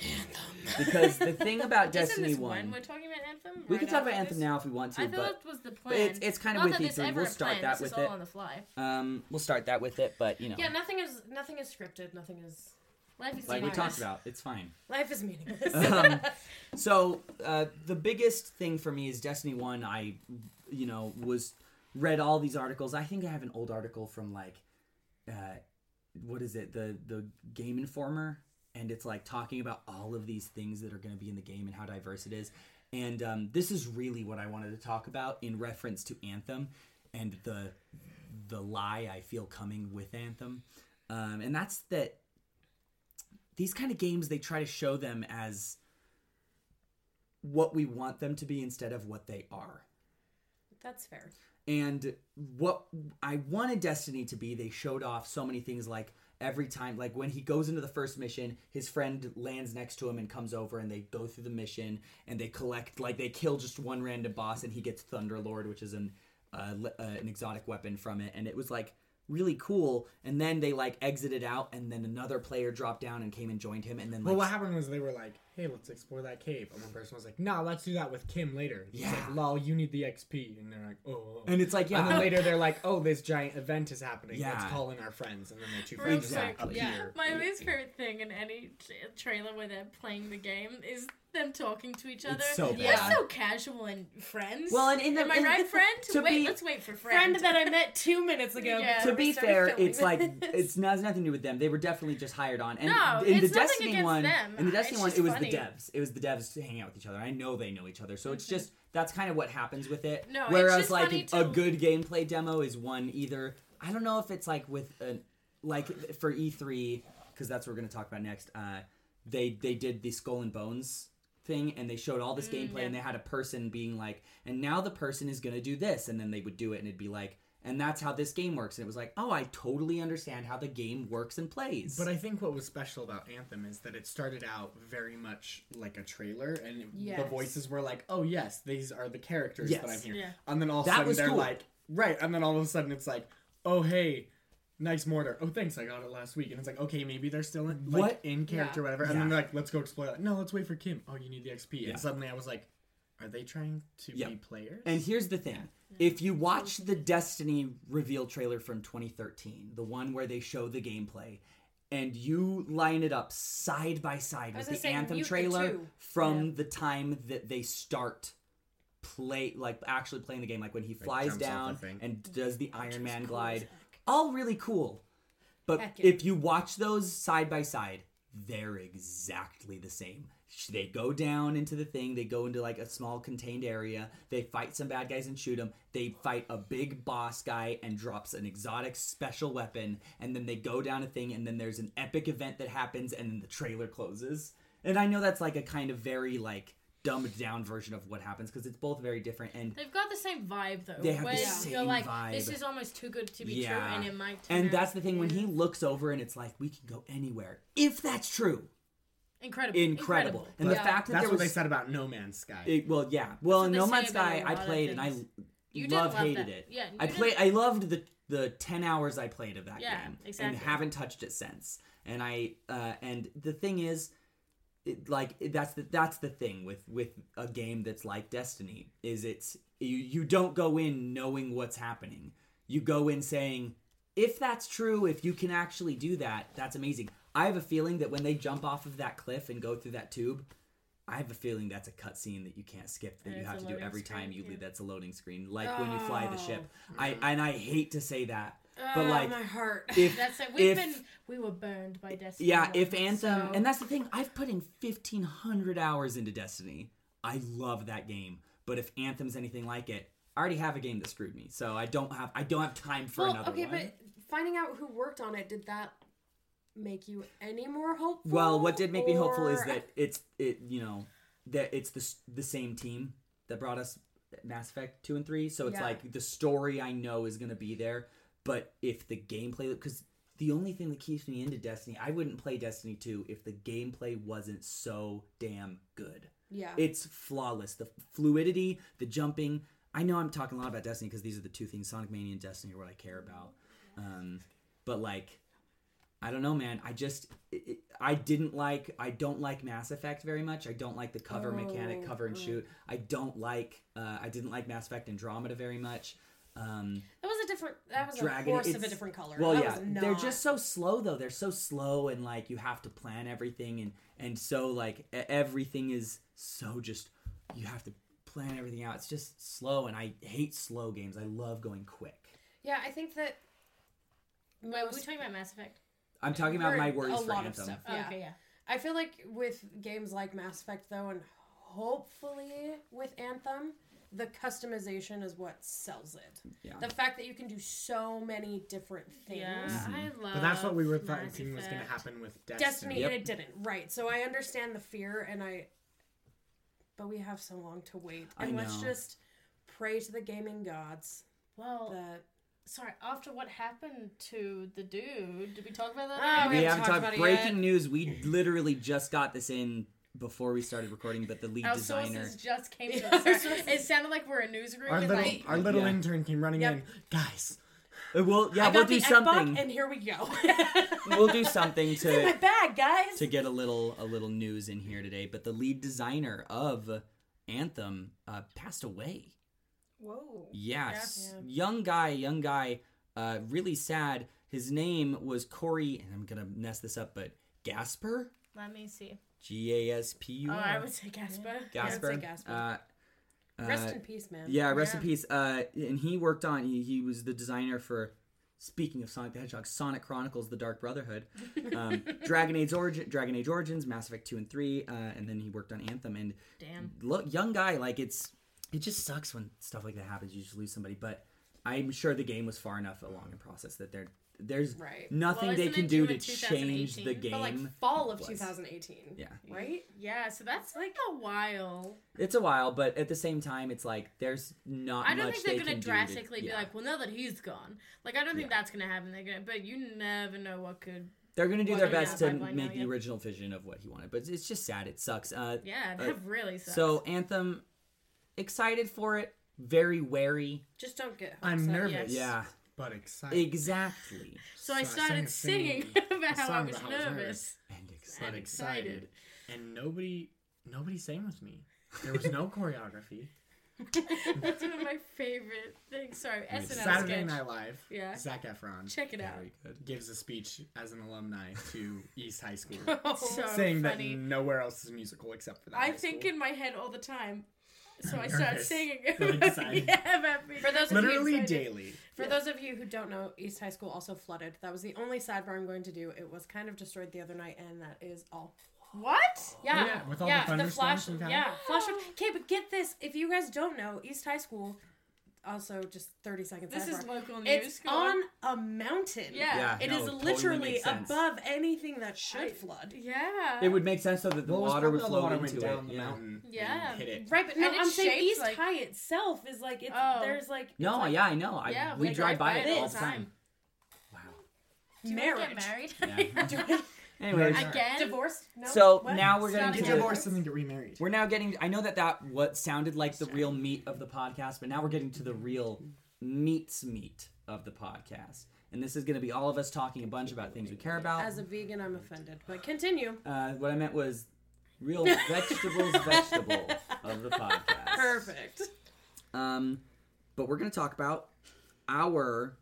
Speaker 1: because the thing about
Speaker 2: Isn't
Speaker 1: Destiny
Speaker 2: this
Speaker 1: One,
Speaker 2: We're talking about Anthem.
Speaker 1: we
Speaker 2: right
Speaker 1: can talk about
Speaker 2: after
Speaker 1: Anthem
Speaker 2: this?
Speaker 1: now if we want to,
Speaker 2: I
Speaker 1: but
Speaker 2: thought that was the plan.
Speaker 1: it's- it's kinda
Speaker 2: Not
Speaker 1: with
Speaker 2: that
Speaker 1: you
Speaker 2: there's
Speaker 1: three.
Speaker 2: ever
Speaker 1: We'll
Speaker 2: a
Speaker 1: start
Speaker 2: plan.
Speaker 1: that
Speaker 2: this
Speaker 1: with
Speaker 2: is all
Speaker 1: it.
Speaker 2: on the fly.
Speaker 1: um, we'll start that with it. But you know,
Speaker 4: Yeah, nothing is nothing is scripted. Nothing is
Speaker 2: Life is
Speaker 1: like we
Speaker 2: meaningless.
Speaker 1: talked about, it's fine.
Speaker 4: life is meaningless.
Speaker 1: um, so uh, the biggest thing for me is Destiny One. I, you know, was read all these articles. I think I have an old article from like, uh, what is it? The the Game Informer, and it's like talking about all of these things that are going to be in the game and how diverse it is. And um, this is really what I wanted to talk about in reference to Anthem and the the lie I feel coming with Anthem, um, and that's that these kind of games they try to show them as what we want them to be instead of what they are
Speaker 4: That's fair.
Speaker 1: and what I wanted Destiny to be, they showed off so many things like every time like when he goes into the first mission his friend lands next to him and comes over and they go through the mission and they collect like they kill just one random boss and he gets thunderlord which is an uh, le- uh, an exotic weapon from it and it was like really cool and then they like exited out and then another player dropped down and came and joined him and then like
Speaker 3: Well, what happened was they were like, "Hey, let's explore that cave," and one person was like, "Nah, let's do that with Kim later." And she's
Speaker 1: Yeah.
Speaker 3: Like, Lol, you need the XP, and they're like, "Oh." oh.
Speaker 1: and it's like yeah
Speaker 3: And then later they're like, "Oh, this giant event is happening. Let's
Speaker 1: Yeah.
Speaker 3: call in our friends." And then their two
Speaker 2: Real
Speaker 3: friends
Speaker 1: Exactly.
Speaker 3: appear.
Speaker 2: quick, yeah. My least favorite thing in any t- trailer where they're playing the game is them talking to each other.
Speaker 1: so
Speaker 2: That's
Speaker 5: bad.
Speaker 2: so casual and friends.
Speaker 1: Well, and in the-
Speaker 2: am I
Speaker 1: and
Speaker 2: right,
Speaker 1: the-
Speaker 2: friend?
Speaker 1: to
Speaker 2: wait,
Speaker 1: be-
Speaker 2: let's wait for friend.
Speaker 4: Friend that I met two minutes ago.
Speaker 2: Yeah.
Speaker 4: before
Speaker 1: to
Speaker 4: we
Speaker 1: be
Speaker 4: started
Speaker 1: fair,
Speaker 4: filming
Speaker 1: it's like
Speaker 4: this.
Speaker 1: it's not has nothing to do with them. They were definitely just hired on. And
Speaker 2: No,
Speaker 1: in
Speaker 2: it's
Speaker 1: the
Speaker 2: nothing
Speaker 1: Destiny
Speaker 2: against
Speaker 1: one,
Speaker 2: them.
Speaker 1: in the
Speaker 2: It's
Speaker 1: Destiny one,
Speaker 2: just
Speaker 1: it was
Speaker 2: funny.
Speaker 1: the devs. It was the devs to hang out with each other. I know they know each other, so it's just that's kind of what happens with it.
Speaker 2: Mm-hmm. No, it's
Speaker 1: Whereas
Speaker 2: just
Speaker 1: like
Speaker 2: funny
Speaker 1: a
Speaker 2: to-
Speaker 1: good gameplay demo is one either I don't know if it's like with an like for E three because that's what we're gonna talk about next. Uh, they they did the Skull and Bones thing and they showed all this gameplay and they had a person being like and now the person is going to do this and then they would do it and it'd be like and that's how this game works and it was like oh i totally understand how the game works and plays
Speaker 3: But I think what was special about Anthem is that it started out very much like a trailer, and it- the
Speaker 4: Yes.
Speaker 3: voices were like, "Oh yes, these are the characters
Speaker 1: Yes.
Speaker 3: that I'm here."
Speaker 2: Yeah.
Speaker 3: And then all of a
Speaker 1: That
Speaker 3: sudden
Speaker 1: was
Speaker 3: they're
Speaker 1: cool.
Speaker 3: like, "Right," and then all of a sudden it's like, "Oh hey, nice mortar. Oh thanks, I got it last week." And it's like, "Okay, maybe they're still in, like
Speaker 1: What?
Speaker 3: in character,
Speaker 2: Yeah.
Speaker 3: or whatever." And
Speaker 1: Yeah.
Speaker 3: then they're like, "Let's go explore that." No, let's wait for Kim. Oh, you need the XP.
Speaker 1: Yeah.
Speaker 3: And suddenly I was like, "Are they trying to
Speaker 1: Yeah.
Speaker 3: be players?"
Speaker 1: and here's the thing if you watch the destiny reveal trailer from 2013 the one where they show the gameplay and you line it up side by side
Speaker 4: I
Speaker 1: with
Speaker 4: was gonna
Speaker 1: the
Speaker 4: say,
Speaker 1: anthem
Speaker 4: mute the
Speaker 1: trailer
Speaker 4: two.
Speaker 1: from the time that they start play like actually playing the game like when he flies
Speaker 3: jumps off
Speaker 1: down
Speaker 3: the thing.
Speaker 1: and does the iron man
Speaker 4: cool as
Speaker 1: glide
Speaker 4: heck.
Speaker 1: all really cool. But
Speaker 4: Heck yeah.
Speaker 1: if you watch those side by side, they're exactly the same. Sh- They go down into the thing, they go into like a small contained area, they fight some bad guys and shoot them, they fight a big boss guy and drops an exotic special weapon, and then they go down a thing, and then there's an epic event that happens, and then the trailer closes. And I know that's like a kind of very like dumbed down version of what happens because it's both very different and
Speaker 2: They've got the same vibe though.
Speaker 1: They have the
Speaker 2: where you're
Speaker 1: same
Speaker 2: like,
Speaker 1: vibe.
Speaker 2: this is almost too good to be
Speaker 1: Yeah.
Speaker 2: true, and it might. turn
Speaker 1: and
Speaker 2: out
Speaker 1: that's the thing when
Speaker 2: weird.
Speaker 1: he looks over and it's like we can go anywhere if that's true
Speaker 2: incredible,
Speaker 1: incredible. And the
Speaker 2: Yeah.
Speaker 1: fact that
Speaker 3: that's
Speaker 1: there
Speaker 3: what
Speaker 1: was,
Speaker 3: they said about No Man's Sky.
Speaker 1: It, well, yeah. Well,
Speaker 2: what
Speaker 1: in
Speaker 2: they
Speaker 1: No
Speaker 2: say
Speaker 1: Man's
Speaker 2: about
Speaker 1: Sky,
Speaker 2: a
Speaker 1: I
Speaker 2: lot of
Speaker 1: played and I
Speaker 2: things. You did
Speaker 1: love,
Speaker 2: love
Speaker 1: hated
Speaker 2: that.
Speaker 1: it.
Speaker 2: Yeah, you
Speaker 1: I
Speaker 2: did-
Speaker 1: played. I loved the the ten hours I played of that
Speaker 2: Yeah,
Speaker 1: game, and
Speaker 2: exactly.
Speaker 1: haven't touched it since. And I uh, and the thing is, it, like it- that's the that's the thing with with a game that's like Destiny is it's you you don't go in knowing what's happening. You go in saying, if that's true, if you can actually do that, that's amazing. I have a feeling that when they jump off of that cliff and go through that tube, I have a feeling that's a cutscene that you can't skip that
Speaker 2: And
Speaker 1: you
Speaker 2: it's
Speaker 1: have
Speaker 2: a
Speaker 1: to do
Speaker 2: loading
Speaker 1: every
Speaker 2: screen,
Speaker 1: time you
Speaker 2: yeah.
Speaker 1: leave. That's a loading screen, like when you fly the ship.
Speaker 4: Oh.
Speaker 1: I and I hate to say that, But,
Speaker 4: Oh,
Speaker 1: like,
Speaker 4: my heart.
Speaker 1: If
Speaker 2: That's it. We've
Speaker 1: if-
Speaker 2: been we were burned by Destiny.
Speaker 1: yeah,
Speaker 2: One,
Speaker 1: if Anthem,
Speaker 2: so-
Speaker 1: and that's the thing, I've put in 1,500 hours into Destiny. I love that game, but if Anthem's anything like it, I already have a game that screwed me, so I don't have I don't have time for
Speaker 4: Well,
Speaker 1: another
Speaker 4: okay,
Speaker 1: one.
Speaker 4: but finding out who worked on it did that make you any more hopeful?
Speaker 1: Well, what did make me hopeful is
Speaker 4: Or-
Speaker 1: that it's it you know that it's the s- the same team that brought us Mass Effect two and three. So it's
Speaker 5: Yeah.
Speaker 1: like the story I know is gonna be there, but if the gameplay because the only thing that keeps me into Destiny, I wouldn't play Destiny two if the gameplay wasn't so damn good.
Speaker 4: yeah,
Speaker 1: It's flawless. The fluidity, the jumping. I know I'm talking a lot about Destiny because these are the two things Sonic Mania and Destiny are what I care about. Um, but like, I don't know, man. I just it, it- I didn't like. I don't like Mass Effect very much. I don't like the cover mechanic,
Speaker 4: Oh,
Speaker 1: cover and
Speaker 4: oh.
Speaker 1: shoot. I don't like. Uh, I didn't like Mass Effect Andromeda very much. Um,
Speaker 4: that was a different. That was
Speaker 1: Dragon-
Speaker 4: a horse of a
Speaker 1: it's-
Speaker 4: different color.
Speaker 1: well,
Speaker 4: That
Speaker 1: yeah,
Speaker 4: was
Speaker 1: they're
Speaker 4: not-
Speaker 1: just so slow though. They're so slow and like you have to plan everything and and so like e- everything is so just you have to plan everything out. It's just slow and I hate slow games. I love going quick.
Speaker 4: Yeah, I think that.
Speaker 2: Wait, were we talking about Mass Effect?
Speaker 1: I'm talking about
Speaker 4: For
Speaker 1: my
Speaker 4: a
Speaker 1: worries for
Speaker 4: lot of
Speaker 1: Anthem.
Speaker 4: stuff.
Speaker 2: Oh,
Speaker 4: Yeah.
Speaker 2: Okay, yeah.
Speaker 4: I feel like with games like Mass Effect though, and hopefully with Anthem, the customization is what sells it.
Speaker 1: Yeah.
Speaker 4: The fact that you can do so many different things.
Speaker 2: Yeah,
Speaker 1: Mm-hmm.
Speaker 2: I love.
Speaker 3: But that's what we were
Speaker 2: Mass
Speaker 3: thinking was going to
Speaker 2: Effect.
Speaker 3: happen with Destiny.
Speaker 4: Destiny
Speaker 1: Yep.
Speaker 4: and it didn't. Right. So I understand the fear and I but we have so long to wait.
Speaker 1: I
Speaker 4: And let's
Speaker 1: know.
Speaker 4: just pray to the gaming gods
Speaker 2: Well,
Speaker 4: that
Speaker 2: sorry. After what happened to the dude, did we talk about
Speaker 4: Ah,
Speaker 2: that?
Speaker 1: we
Speaker 4: haven't
Speaker 1: haven't
Speaker 4: talked
Speaker 1: talked
Speaker 4: about it
Speaker 1: breaking
Speaker 4: yet.
Speaker 1: news. We literally just got this in before we started recording, but the lead
Speaker 2: Oh, Our
Speaker 1: designer
Speaker 2: sources just came.
Speaker 4: Yeah,
Speaker 2: to
Speaker 4: our
Speaker 2: us.
Speaker 4: sources-
Speaker 2: It sounded like we're a newsroom.
Speaker 3: Our
Speaker 2: and
Speaker 3: little,
Speaker 2: like,
Speaker 3: our little
Speaker 1: Yeah.
Speaker 3: intern came running
Speaker 4: Yep.
Speaker 3: in. Guys,
Speaker 1: Uh, Well, yeah,
Speaker 4: I
Speaker 1: we'll
Speaker 4: got
Speaker 1: do
Speaker 4: the Xbox
Speaker 1: something.
Speaker 4: and here we go.
Speaker 1: we'll do something
Speaker 4: It's in my
Speaker 1: to
Speaker 4: bag, guys.
Speaker 1: to get a little a little news in here today. But the lead designer of Anthem uh, passed away.
Speaker 5: Whoa.
Speaker 1: Yes, young guy, young guy, uh, really sad. His name was Corey, and I'm gonna mess this up, but Gasper,
Speaker 2: Let me see.
Speaker 1: G A S P U
Speaker 2: Oh, I
Speaker 1: R,
Speaker 2: would say Gasper.
Speaker 1: Gasper.
Speaker 4: say Gasper.
Speaker 1: Uh, uh,
Speaker 4: Rest in peace, man.
Speaker 1: yeah, rest in
Speaker 2: Yeah.
Speaker 1: peace. Uh, and he worked on. He, he was the designer for. Speaking of Sonic the Hedgehog, Sonic Chronicles: The Dark Brotherhood, um, Dragon Age Origin, Dragon Age Origins, Mass Effect two and three, uh, and then he worked on Anthem. And
Speaker 2: Damn.
Speaker 1: look, young guy, like it's it just sucks when stuff like that happens. You just lose somebody, but I'm sure the game was far enough along in process that there there's
Speaker 4: Right.
Speaker 1: nothing
Speaker 2: Well,
Speaker 1: they
Speaker 2: isn't
Speaker 1: can
Speaker 2: it
Speaker 1: do
Speaker 2: due
Speaker 1: to
Speaker 2: in
Speaker 1: change the
Speaker 2: 2018?
Speaker 1: game.
Speaker 4: But like fall of
Speaker 1: was.
Speaker 4: 2018.
Speaker 1: yeah,
Speaker 4: Right?
Speaker 2: Yeah, so that's like a while.
Speaker 1: it's a while, but at the same time, it's like there's not.
Speaker 2: I don't
Speaker 1: much
Speaker 2: think they're
Speaker 1: they
Speaker 2: gonna
Speaker 1: can do to-
Speaker 2: drastically be
Speaker 1: yeah.
Speaker 2: like, well, now that he's gone, like I don't think that's gonna happen. They're gonna, but you never know what could.
Speaker 1: They're gonna do
Speaker 2: Well,
Speaker 1: their
Speaker 2: yeah,
Speaker 1: best to
Speaker 2: pipeline now,
Speaker 1: make the
Speaker 2: yeah.
Speaker 1: original vision of what he wanted, but it's just sad. It sucks. Uh,
Speaker 2: Yeah,
Speaker 1: Uh,
Speaker 2: that really sucks.
Speaker 1: so Anthem, excited for it, very wary.
Speaker 4: Just don't get
Speaker 3: I'm
Speaker 4: upset.
Speaker 3: nervous.
Speaker 1: Yeah,
Speaker 3: But excited.
Speaker 1: exactly.
Speaker 2: So I
Speaker 3: So I
Speaker 2: started
Speaker 3: sang a
Speaker 2: singing
Speaker 3: singing- a
Speaker 2: about how I
Speaker 3: song
Speaker 2: was
Speaker 3: about how I was
Speaker 2: nervous.
Speaker 1: And excited.
Speaker 3: but
Speaker 2: I'm
Speaker 3: excited.
Speaker 2: excited.
Speaker 3: And nobody nobody sang with me. There was no choreography.
Speaker 2: That's one of my favorite things. Sorry, SNL
Speaker 3: Saturday
Speaker 2: sketch.
Speaker 3: Night Live.
Speaker 2: Yeah.
Speaker 3: Zach Efron
Speaker 2: Check it out.
Speaker 1: Very good.
Speaker 3: gives a speech as an alumni to East High School,
Speaker 2: Oh, So
Speaker 3: saying
Speaker 2: funny.
Speaker 3: that nowhere else is musical except for that.
Speaker 2: I
Speaker 3: high
Speaker 2: think
Speaker 3: school.
Speaker 2: in my head all the time. So
Speaker 3: I'm
Speaker 2: I started
Speaker 3: nervous.
Speaker 2: singing.
Speaker 3: I'm excited.
Speaker 2: yeah, about being
Speaker 4: For those of you-
Speaker 3: literally
Speaker 2: excited.
Speaker 3: daily.
Speaker 4: For those of you who don't know, East High School also flooded. That was the only sidebar I'm going to do. It was kind of destroyed the other night, and that is all.
Speaker 2: What?
Speaker 4: Yeah,
Speaker 3: Oh, Yeah, with all
Speaker 4: yeah,
Speaker 3: the thunderstorms
Speaker 4: flash.
Speaker 3: we've had.
Speaker 4: Yeah, flash. Okay, but get this. If you guys don't know, East High School, also just 30 seconds.
Speaker 2: This is
Speaker 4: sidebar.
Speaker 2: local news.
Speaker 4: it's
Speaker 2: Go
Speaker 4: on a mountain.
Speaker 2: Yeah.
Speaker 1: Yeah,
Speaker 4: it
Speaker 1: no,
Speaker 4: is
Speaker 1: it totally
Speaker 4: literally
Speaker 1: makes sense.
Speaker 4: above anything that should
Speaker 2: I-
Speaker 4: flood.
Speaker 2: Yeah.
Speaker 1: It would make sense though that the
Speaker 3: Well, it was
Speaker 1: water would
Speaker 3: probably all
Speaker 1: flow
Speaker 3: the water
Speaker 1: into
Speaker 3: went
Speaker 1: it.
Speaker 3: down the
Speaker 1: yeah.
Speaker 3: mountain
Speaker 2: Yeah.
Speaker 3: and hit it.
Speaker 4: Right, but no,
Speaker 2: And it's
Speaker 4: I'm saying
Speaker 2: shaped
Speaker 4: East
Speaker 2: like-
Speaker 4: High itself is like it's
Speaker 2: Oh.
Speaker 4: there's like it's
Speaker 1: No,
Speaker 4: like
Speaker 1: yeah, I know. I,
Speaker 2: Yeah,
Speaker 1: we, drive by it
Speaker 4: it
Speaker 1: all
Speaker 4: all
Speaker 1: the time. Wow.
Speaker 2: Do you wanna
Speaker 4: marriage.
Speaker 2: Get married?
Speaker 1: Yeah.
Speaker 3: Anyway,
Speaker 1: Anyways,
Speaker 3: I-
Speaker 2: Again?
Speaker 4: Divorced? No.
Speaker 1: So
Speaker 4: What?
Speaker 1: now we're
Speaker 2: It's
Speaker 1: getting
Speaker 2: not a
Speaker 1: to
Speaker 3: Get
Speaker 1: the-
Speaker 2: divorce.
Speaker 3: divorced and then get remarried.
Speaker 1: we're now getting. I know that that what sounded like the real meat of the podcast, but now we're getting to the real meat's meat of the podcast, and this is going to be all of us talking a bunch about things we care about.
Speaker 4: As a vegan, I'm offended, but continue.
Speaker 1: Uh, what I meant was real vegetables, vegetable of the podcast.
Speaker 4: Perfect.
Speaker 1: Um, but we're gonna talk about our,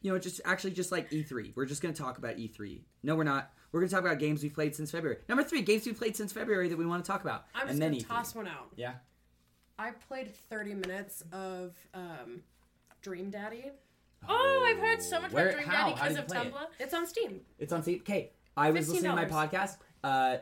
Speaker 1: you know, just actually just like E3. We're just gonna talk about E3. No, we're not. We're gonna talk about games we've played since February. Number three, games we've played since February that we want to talk about,
Speaker 4: I'm just
Speaker 1: and then
Speaker 4: gonna
Speaker 1: E3.
Speaker 4: toss one out.
Speaker 1: yeah,
Speaker 4: I played 30 minutes of um, Dream Daddy.
Speaker 2: Oh, I've heard so much
Speaker 1: Where-
Speaker 2: about Dream
Speaker 1: how?
Speaker 2: Daddy
Speaker 1: How do
Speaker 2: because
Speaker 1: you
Speaker 2: of
Speaker 1: play it?
Speaker 2: Tumblr.
Speaker 4: It's on Steam.
Speaker 1: It's on Steam. Okay, I was listening to my
Speaker 4: $15.
Speaker 1: podcast. Uh,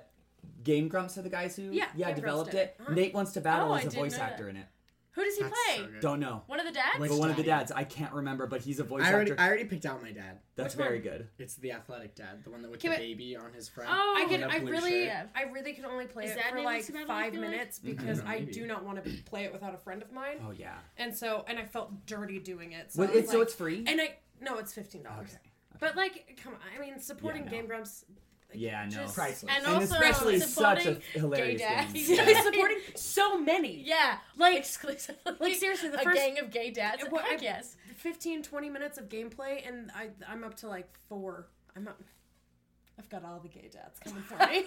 Speaker 1: Game Grumps are the guys who
Speaker 4: Yeah, Game Grumps
Speaker 1: developed
Speaker 4: did
Speaker 1: it.
Speaker 4: it. Uh-huh.
Speaker 1: Nate wants to battle
Speaker 2: Oh, I
Speaker 1: as a
Speaker 2: didn't
Speaker 1: voice
Speaker 2: know that.
Speaker 1: actor in it.
Speaker 2: Who does he
Speaker 3: That's
Speaker 2: play?
Speaker 3: so good.
Speaker 1: Don't know,
Speaker 2: One of the dads?
Speaker 3: Which
Speaker 1: but one of the
Speaker 3: daddy?
Speaker 1: dads. I can't remember, but he's a voice
Speaker 3: I already,
Speaker 1: actor.
Speaker 3: I already picked out my dad.
Speaker 1: That's
Speaker 4: Which
Speaker 1: very
Speaker 4: one?
Speaker 1: good.
Speaker 3: It's the athletic dad, the one that with
Speaker 2: Can
Speaker 3: the
Speaker 2: we-
Speaker 3: baby on his front.
Speaker 2: Oh,
Speaker 4: I
Speaker 3: in
Speaker 4: could.
Speaker 3: a
Speaker 4: I
Speaker 3: blue
Speaker 4: really,
Speaker 3: shirt.
Speaker 4: I really could only play
Speaker 2: Is
Speaker 4: it
Speaker 2: that
Speaker 4: for
Speaker 2: name
Speaker 4: like
Speaker 2: that's about, I
Speaker 4: five
Speaker 2: feel like?
Speaker 4: minutes
Speaker 1: Mm-hmm.
Speaker 4: because
Speaker 3: Mhm.
Speaker 4: I
Speaker 3: Maybe.
Speaker 4: do not want to play it without a friend of mine,
Speaker 1: Oh yeah.
Speaker 4: and so and I felt dirty doing it. So
Speaker 1: Well,
Speaker 4: I was
Speaker 1: it's, so
Speaker 4: like-
Speaker 1: it's free.
Speaker 4: and I no, it's fifteen dollars.
Speaker 1: Okay.
Speaker 4: But like, come on, I mean, supporting
Speaker 1: Yeah, no.
Speaker 4: Game Grumps, like,
Speaker 1: Yeah, no.
Speaker 4: just-
Speaker 3: Priceless.
Speaker 2: And
Speaker 1: And
Speaker 2: also,
Speaker 1: especially such a
Speaker 2: supporting
Speaker 1: hilarious
Speaker 2: gay dads.
Speaker 1: game.
Speaker 2: Yeah.
Speaker 1: Yeah.
Speaker 4: supporting so many.
Speaker 2: Yeah, like exclusively.
Speaker 4: Like seriously, the
Speaker 2: a
Speaker 4: first
Speaker 2: gang of gay dads.
Speaker 4: Well,
Speaker 2: Heck
Speaker 4: I-
Speaker 2: yes.
Speaker 4: 15, 20 minutes of gameplay, and I I'm up to like four. I'm up. I've got all the gay dads coming for me.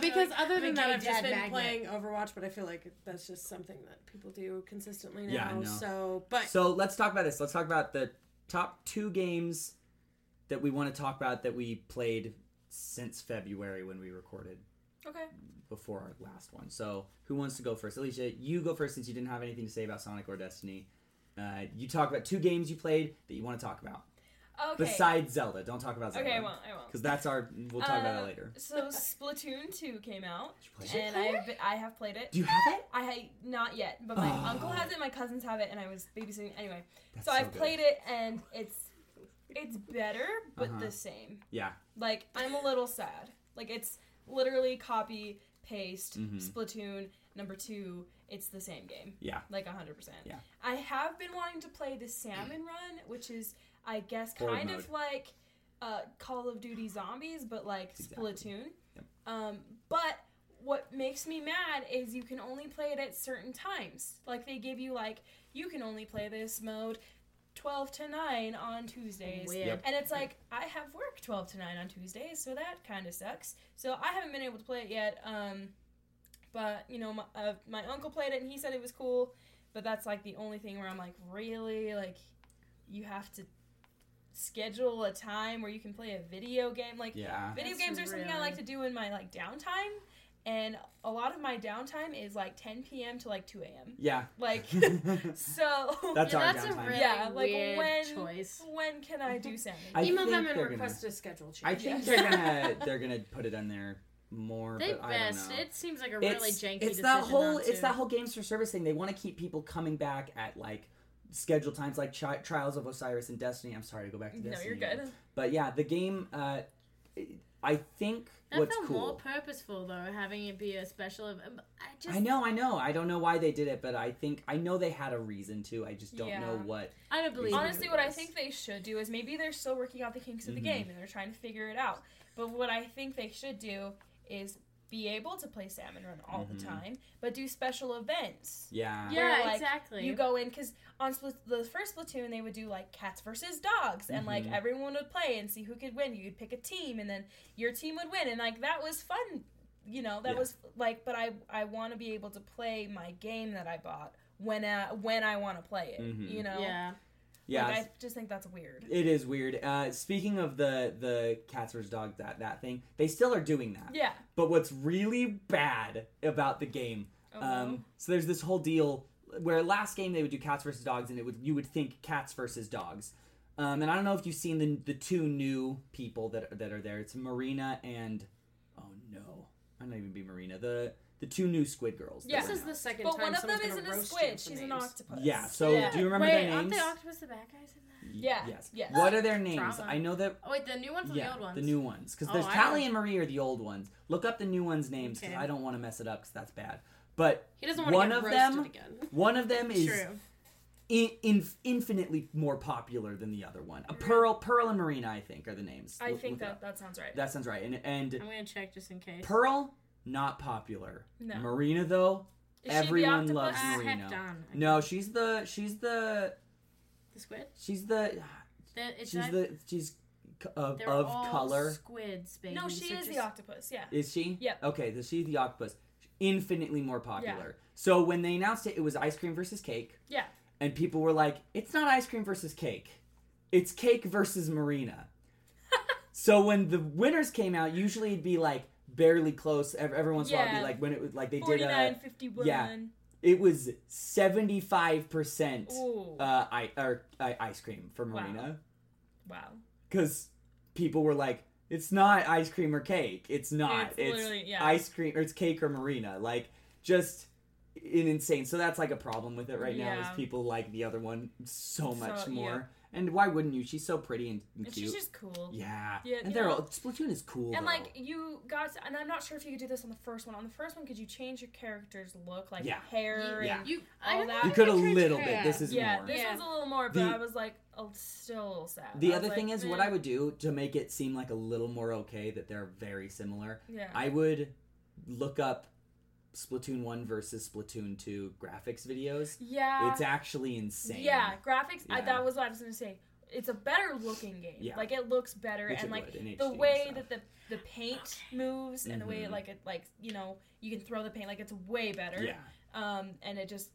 Speaker 4: Because other than that, I've just been playing Overwatch, but I feel like that's just something that people do consistently now.
Speaker 1: Yeah, I know.
Speaker 4: So, but
Speaker 1: So let's talk about this. Let's talk about the top two games that we want to talk about that we played since February when we recorded
Speaker 5: Okay.
Speaker 1: before our last one. So who wants to go first? Alicia, you go first since you didn't have anything to say about Sonic or Destiny. Uh, you talk about two games you played that you want to talk about
Speaker 5: Okay.
Speaker 1: besides Zelda. Don't talk about Zelda.
Speaker 5: okay, I won't. I won't.
Speaker 1: Because that's our. We'll talk about
Speaker 5: Uh,
Speaker 1: it later.
Speaker 5: So Splatoon 2 came out,
Speaker 1: Did you play it?
Speaker 5: and I've been, I have played it.
Speaker 1: Do you have it?
Speaker 5: I ha- not yet, but my
Speaker 1: Oh.
Speaker 5: uncle has it, my cousins have it, and I was babysitting anyway.
Speaker 1: That's
Speaker 5: so, I've
Speaker 1: good.
Speaker 5: played it, and it's it's better, but
Speaker 1: Uh-huh.
Speaker 5: the same.
Speaker 1: Yeah.
Speaker 5: Like I'm a little sad. Like it's literally copy paste
Speaker 1: Mhm.
Speaker 5: Splatoon number two. It's the same game.
Speaker 1: Yeah.
Speaker 5: Like hundred percent.
Speaker 1: Yeah.
Speaker 5: I have been wanting to play the Salmon Run, which is I guess
Speaker 1: Horde
Speaker 5: kind
Speaker 1: mode.
Speaker 5: of like uh, Call of Duty Zombies, but like
Speaker 1: Exactly.
Speaker 5: Splatoon.
Speaker 1: Yep.
Speaker 5: Um, but what makes me mad is you can only play it at certain times. Like they give you like you can only play this mode twelve to nine on Tuesdays.
Speaker 2: Weird.
Speaker 1: Yep.
Speaker 5: And it's like I have work twelve to nine on Tuesdays, so that kind of sucks. So I haven't been able to play it yet. Um, but you know, my, uh, my uncle played it and he said it was cool. But that's like the only thing where I'm like, really, like you have to schedule a time where you can play a video game. Like
Speaker 1: Yeah.
Speaker 5: video
Speaker 2: That's
Speaker 5: games are something I
Speaker 2: really-
Speaker 5: like to do in my like downtime. And a lot of my downtime is like 10 p.m. to like 2 a.m.
Speaker 1: Yeah.
Speaker 5: Like so.
Speaker 1: That's
Speaker 2: yeah,
Speaker 1: our
Speaker 2: that's
Speaker 1: downtime.
Speaker 2: a really
Speaker 5: Yeah, like,
Speaker 2: weird
Speaker 5: when-
Speaker 2: choice.
Speaker 5: when can I do salmon?
Speaker 1: I
Speaker 4: email
Speaker 1: think
Speaker 4: them and
Speaker 1: they're gonna-
Speaker 4: request a schedule change.
Speaker 1: I think
Speaker 5: Yes.
Speaker 1: they're gonna they're gonna put it on there more.
Speaker 2: They
Speaker 1: but I don't
Speaker 2: best.
Speaker 1: know.
Speaker 2: It seems like
Speaker 1: it's,
Speaker 2: a really janky
Speaker 1: it's
Speaker 2: decision.
Speaker 1: that whole
Speaker 2: not
Speaker 1: it's
Speaker 2: to.
Speaker 1: that whole games for service thing they want to keep people coming back at like scheduled times like chi- trials of osiris and destiny i'm sorry to go back to
Speaker 5: no,
Speaker 1: destiny
Speaker 5: you're good.
Speaker 1: but yeah the game uh i think
Speaker 2: That
Speaker 1: what's
Speaker 2: felt more
Speaker 1: cool
Speaker 2: purposeful though, having it be a special. ev- um, I just,
Speaker 1: i know i know i don't know why they did it but i think i know they had a reason to i just don't know
Speaker 5: Yeah.
Speaker 1: what
Speaker 2: I don't believe.
Speaker 1: Honest-
Speaker 2: it.
Speaker 5: Honestly, what I think they should do is maybe they're still working out the kinks of the
Speaker 1: Mhm.
Speaker 5: game and they're trying to figure it out. But what I think they should do is be able to play salmon run all
Speaker 1: Mhm.
Speaker 5: the time, but do special events.
Speaker 1: yeah
Speaker 2: Yeah,
Speaker 5: where, like,
Speaker 2: exactly.
Speaker 5: You go in because on Spl- the first platoon they would do like cats versus dogs, and like
Speaker 1: Mhm.
Speaker 5: everyone would play and see who could win. You'd pick a team, and then your team would win, and like that was fun. You know that
Speaker 1: Yeah.
Speaker 5: was like, but I I want to be able to play my game that I bought when I, when I want to play it.
Speaker 1: Mhm.
Speaker 5: You know,
Speaker 2: Yeah.
Speaker 1: yeah
Speaker 5: Like, I just think that's weird.
Speaker 1: it is weird uh speaking of the the cats versus dog that that thing they still are doing that
Speaker 5: Yeah.
Speaker 1: but what's really bad about the game
Speaker 5: Oh,
Speaker 2: Uh-huh.
Speaker 1: Um, so there's this whole deal where last game they would do cats versus dogs, and it would you would think cats versus dogs. Um, and I don't know if you've seen the the two new people that that are there. It's Marina and oh no, I don't even be Marina. The the two new Squid girls. that
Speaker 5: Yeah.
Speaker 1: were
Speaker 4: This is the
Speaker 1: announced.
Speaker 4: second
Speaker 5: no. but
Speaker 4: time
Speaker 5: one of them
Speaker 4: someone's gonna
Speaker 5: isn't a
Speaker 4: roast you
Speaker 5: squid;
Speaker 4: for
Speaker 5: she's an
Speaker 4: names.
Speaker 5: octopus.
Speaker 1: yeah. So
Speaker 2: Yeah.
Speaker 1: do you remember
Speaker 2: Wait,
Speaker 1: their
Speaker 2: aren't
Speaker 1: names?
Speaker 2: the octopus the bad guys in that?
Speaker 1: Y-
Speaker 5: Yeah,
Speaker 1: Yes.
Speaker 5: yes.
Speaker 1: What are their names?
Speaker 2: Trauma.
Speaker 1: I know that.
Speaker 2: Oh wait, the new ones or
Speaker 1: yeah,
Speaker 2: the old ones?
Speaker 1: new ones. Because
Speaker 2: Oh,
Speaker 1: there's
Speaker 2: I
Speaker 1: Callie
Speaker 2: don't-
Speaker 1: and Marie are the old ones. Look up the new ones' names because
Speaker 2: Okay.
Speaker 1: I don't want to mess it up because that's bad. But
Speaker 4: He doesn't want
Speaker 1: One
Speaker 4: to get
Speaker 1: of
Speaker 4: roasted
Speaker 1: them-
Speaker 4: again.
Speaker 1: one of them is
Speaker 2: True.
Speaker 1: in, in, infinitely more popular than the other one. A Pearl, Pearl and Marina, I think, are the names.
Speaker 5: Mm. I
Speaker 1: Look- look
Speaker 5: think
Speaker 1: it
Speaker 5: that
Speaker 1: up.
Speaker 5: that sounds right.
Speaker 1: that sounds right. And and
Speaker 2: I'm gonna check just in case.
Speaker 1: Pearl, not popular.
Speaker 5: No.
Speaker 1: Marina though,
Speaker 5: Is she the
Speaker 1: everyone
Speaker 5: octopus?
Speaker 1: loves
Speaker 2: Ah,
Speaker 1: Marina.
Speaker 2: heck done.
Speaker 1: No, she's the she's the
Speaker 2: The squid.
Speaker 1: she's the
Speaker 2: The, it's
Speaker 1: she's
Speaker 2: not-
Speaker 1: the she's c- of
Speaker 2: they're
Speaker 1: of
Speaker 2: all
Speaker 1: color.
Speaker 2: Squids, baby.
Speaker 5: no, she
Speaker 2: so
Speaker 5: is the
Speaker 2: just-
Speaker 5: octopus. Yeah.
Speaker 1: Is she?
Speaker 5: Yep.
Speaker 1: Okay, so she's the octopus. Infinitely more popular. So when they announced it, it was ice cream versus cake.
Speaker 5: Yeah.
Speaker 1: And people were like, it's not ice cream versus cake. It's cake versus marina. so when the winners came out, usually it'd be like barely close. Ev- Every once in a while, it'd
Speaker 5: Yeah.
Speaker 1: uh, be like when it was like they did a.
Speaker 5: 49, 51.
Speaker 1: It was seventy five percent
Speaker 5: Ooh.
Speaker 1: I or uh, ice cream for Marina
Speaker 5: wow.
Speaker 1: because people were like, "It's not ice cream or cake. It's not.
Speaker 5: It's
Speaker 1: It's,
Speaker 5: literally- yeah.
Speaker 1: ice cream or it's cake or Marina." Like just an insane. So that's like a problem with it right now
Speaker 5: Yeah.
Speaker 1: is people like the other one so
Speaker 5: So,
Speaker 1: much
Speaker 5: yeah.
Speaker 1: more. And why wouldn't you? She's so pretty and, and
Speaker 5: And
Speaker 1: cute.
Speaker 5: she's just cool.
Speaker 1: yeah.
Speaker 5: Yeah,
Speaker 1: and
Speaker 5: you
Speaker 1: they're
Speaker 5: know-
Speaker 1: all Splatoon is cool.
Speaker 5: And
Speaker 1: though.
Speaker 5: like you got, to, and I'm not sure if you could do this on the first one. On the first one, could you change your character's look, like
Speaker 1: Yeah.
Speaker 5: hair?
Speaker 1: Yeah.
Speaker 5: And,
Speaker 2: You,
Speaker 5: All
Speaker 2: I don't
Speaker 5: that.
Speaker 2: know
Speaker 1: you could a
Speaker 2: if I tried
Speaker 1: little
Speaker 2: to
Speaker 1: bit.
Speaker 2: try
Speaker 1: This
Speaker 2: that.
Speaker 1: is
Speaker 5: yeah.
Speaker 1: more.
Speaker 5: This
Speaker 2: Yeah.
Speaker 5: one's a little more, but
Speaker 1: The-
Speaker 5: I was like, oh, still a little sad.
Speaker 1: The
Speaker 5: I was
Speaker 1: other
Speaker 5: like,
Speaker 1: thing is, what
Speaker 5: meh.
Speaker 1: I would do to make it seem like a little more okay that they're very similar,
Speaker 5: Yeah.
Speaker 1: I would look up Splatoon 1 versus Splatoon 2 graphics videos.
Speaker 5: yeah.
Speaker 1: It's actually insane.
Speaker 5: Yeah, graphics. I,
Speaker 1: Yeah.
Speaker 5: that was what I was gonna say. It's a better looking game.
Speaker 1: Yeah.
Speaker 5: Like it looks better,
Speaker 1: Which it
Speaker 5: and like
Speaker 1: would in HD
Speaker 5: the
Speaker 1: and
Speaker 5: way
Speaker 1: stuff.
Speaker 5: that the the paint moves, and the way
Speaker 1: Mhm.
Speaker 5: like it like you know you can throw the paint like it's way better.
Speaker 1: Yeah.
Speaker 5: Um, and it just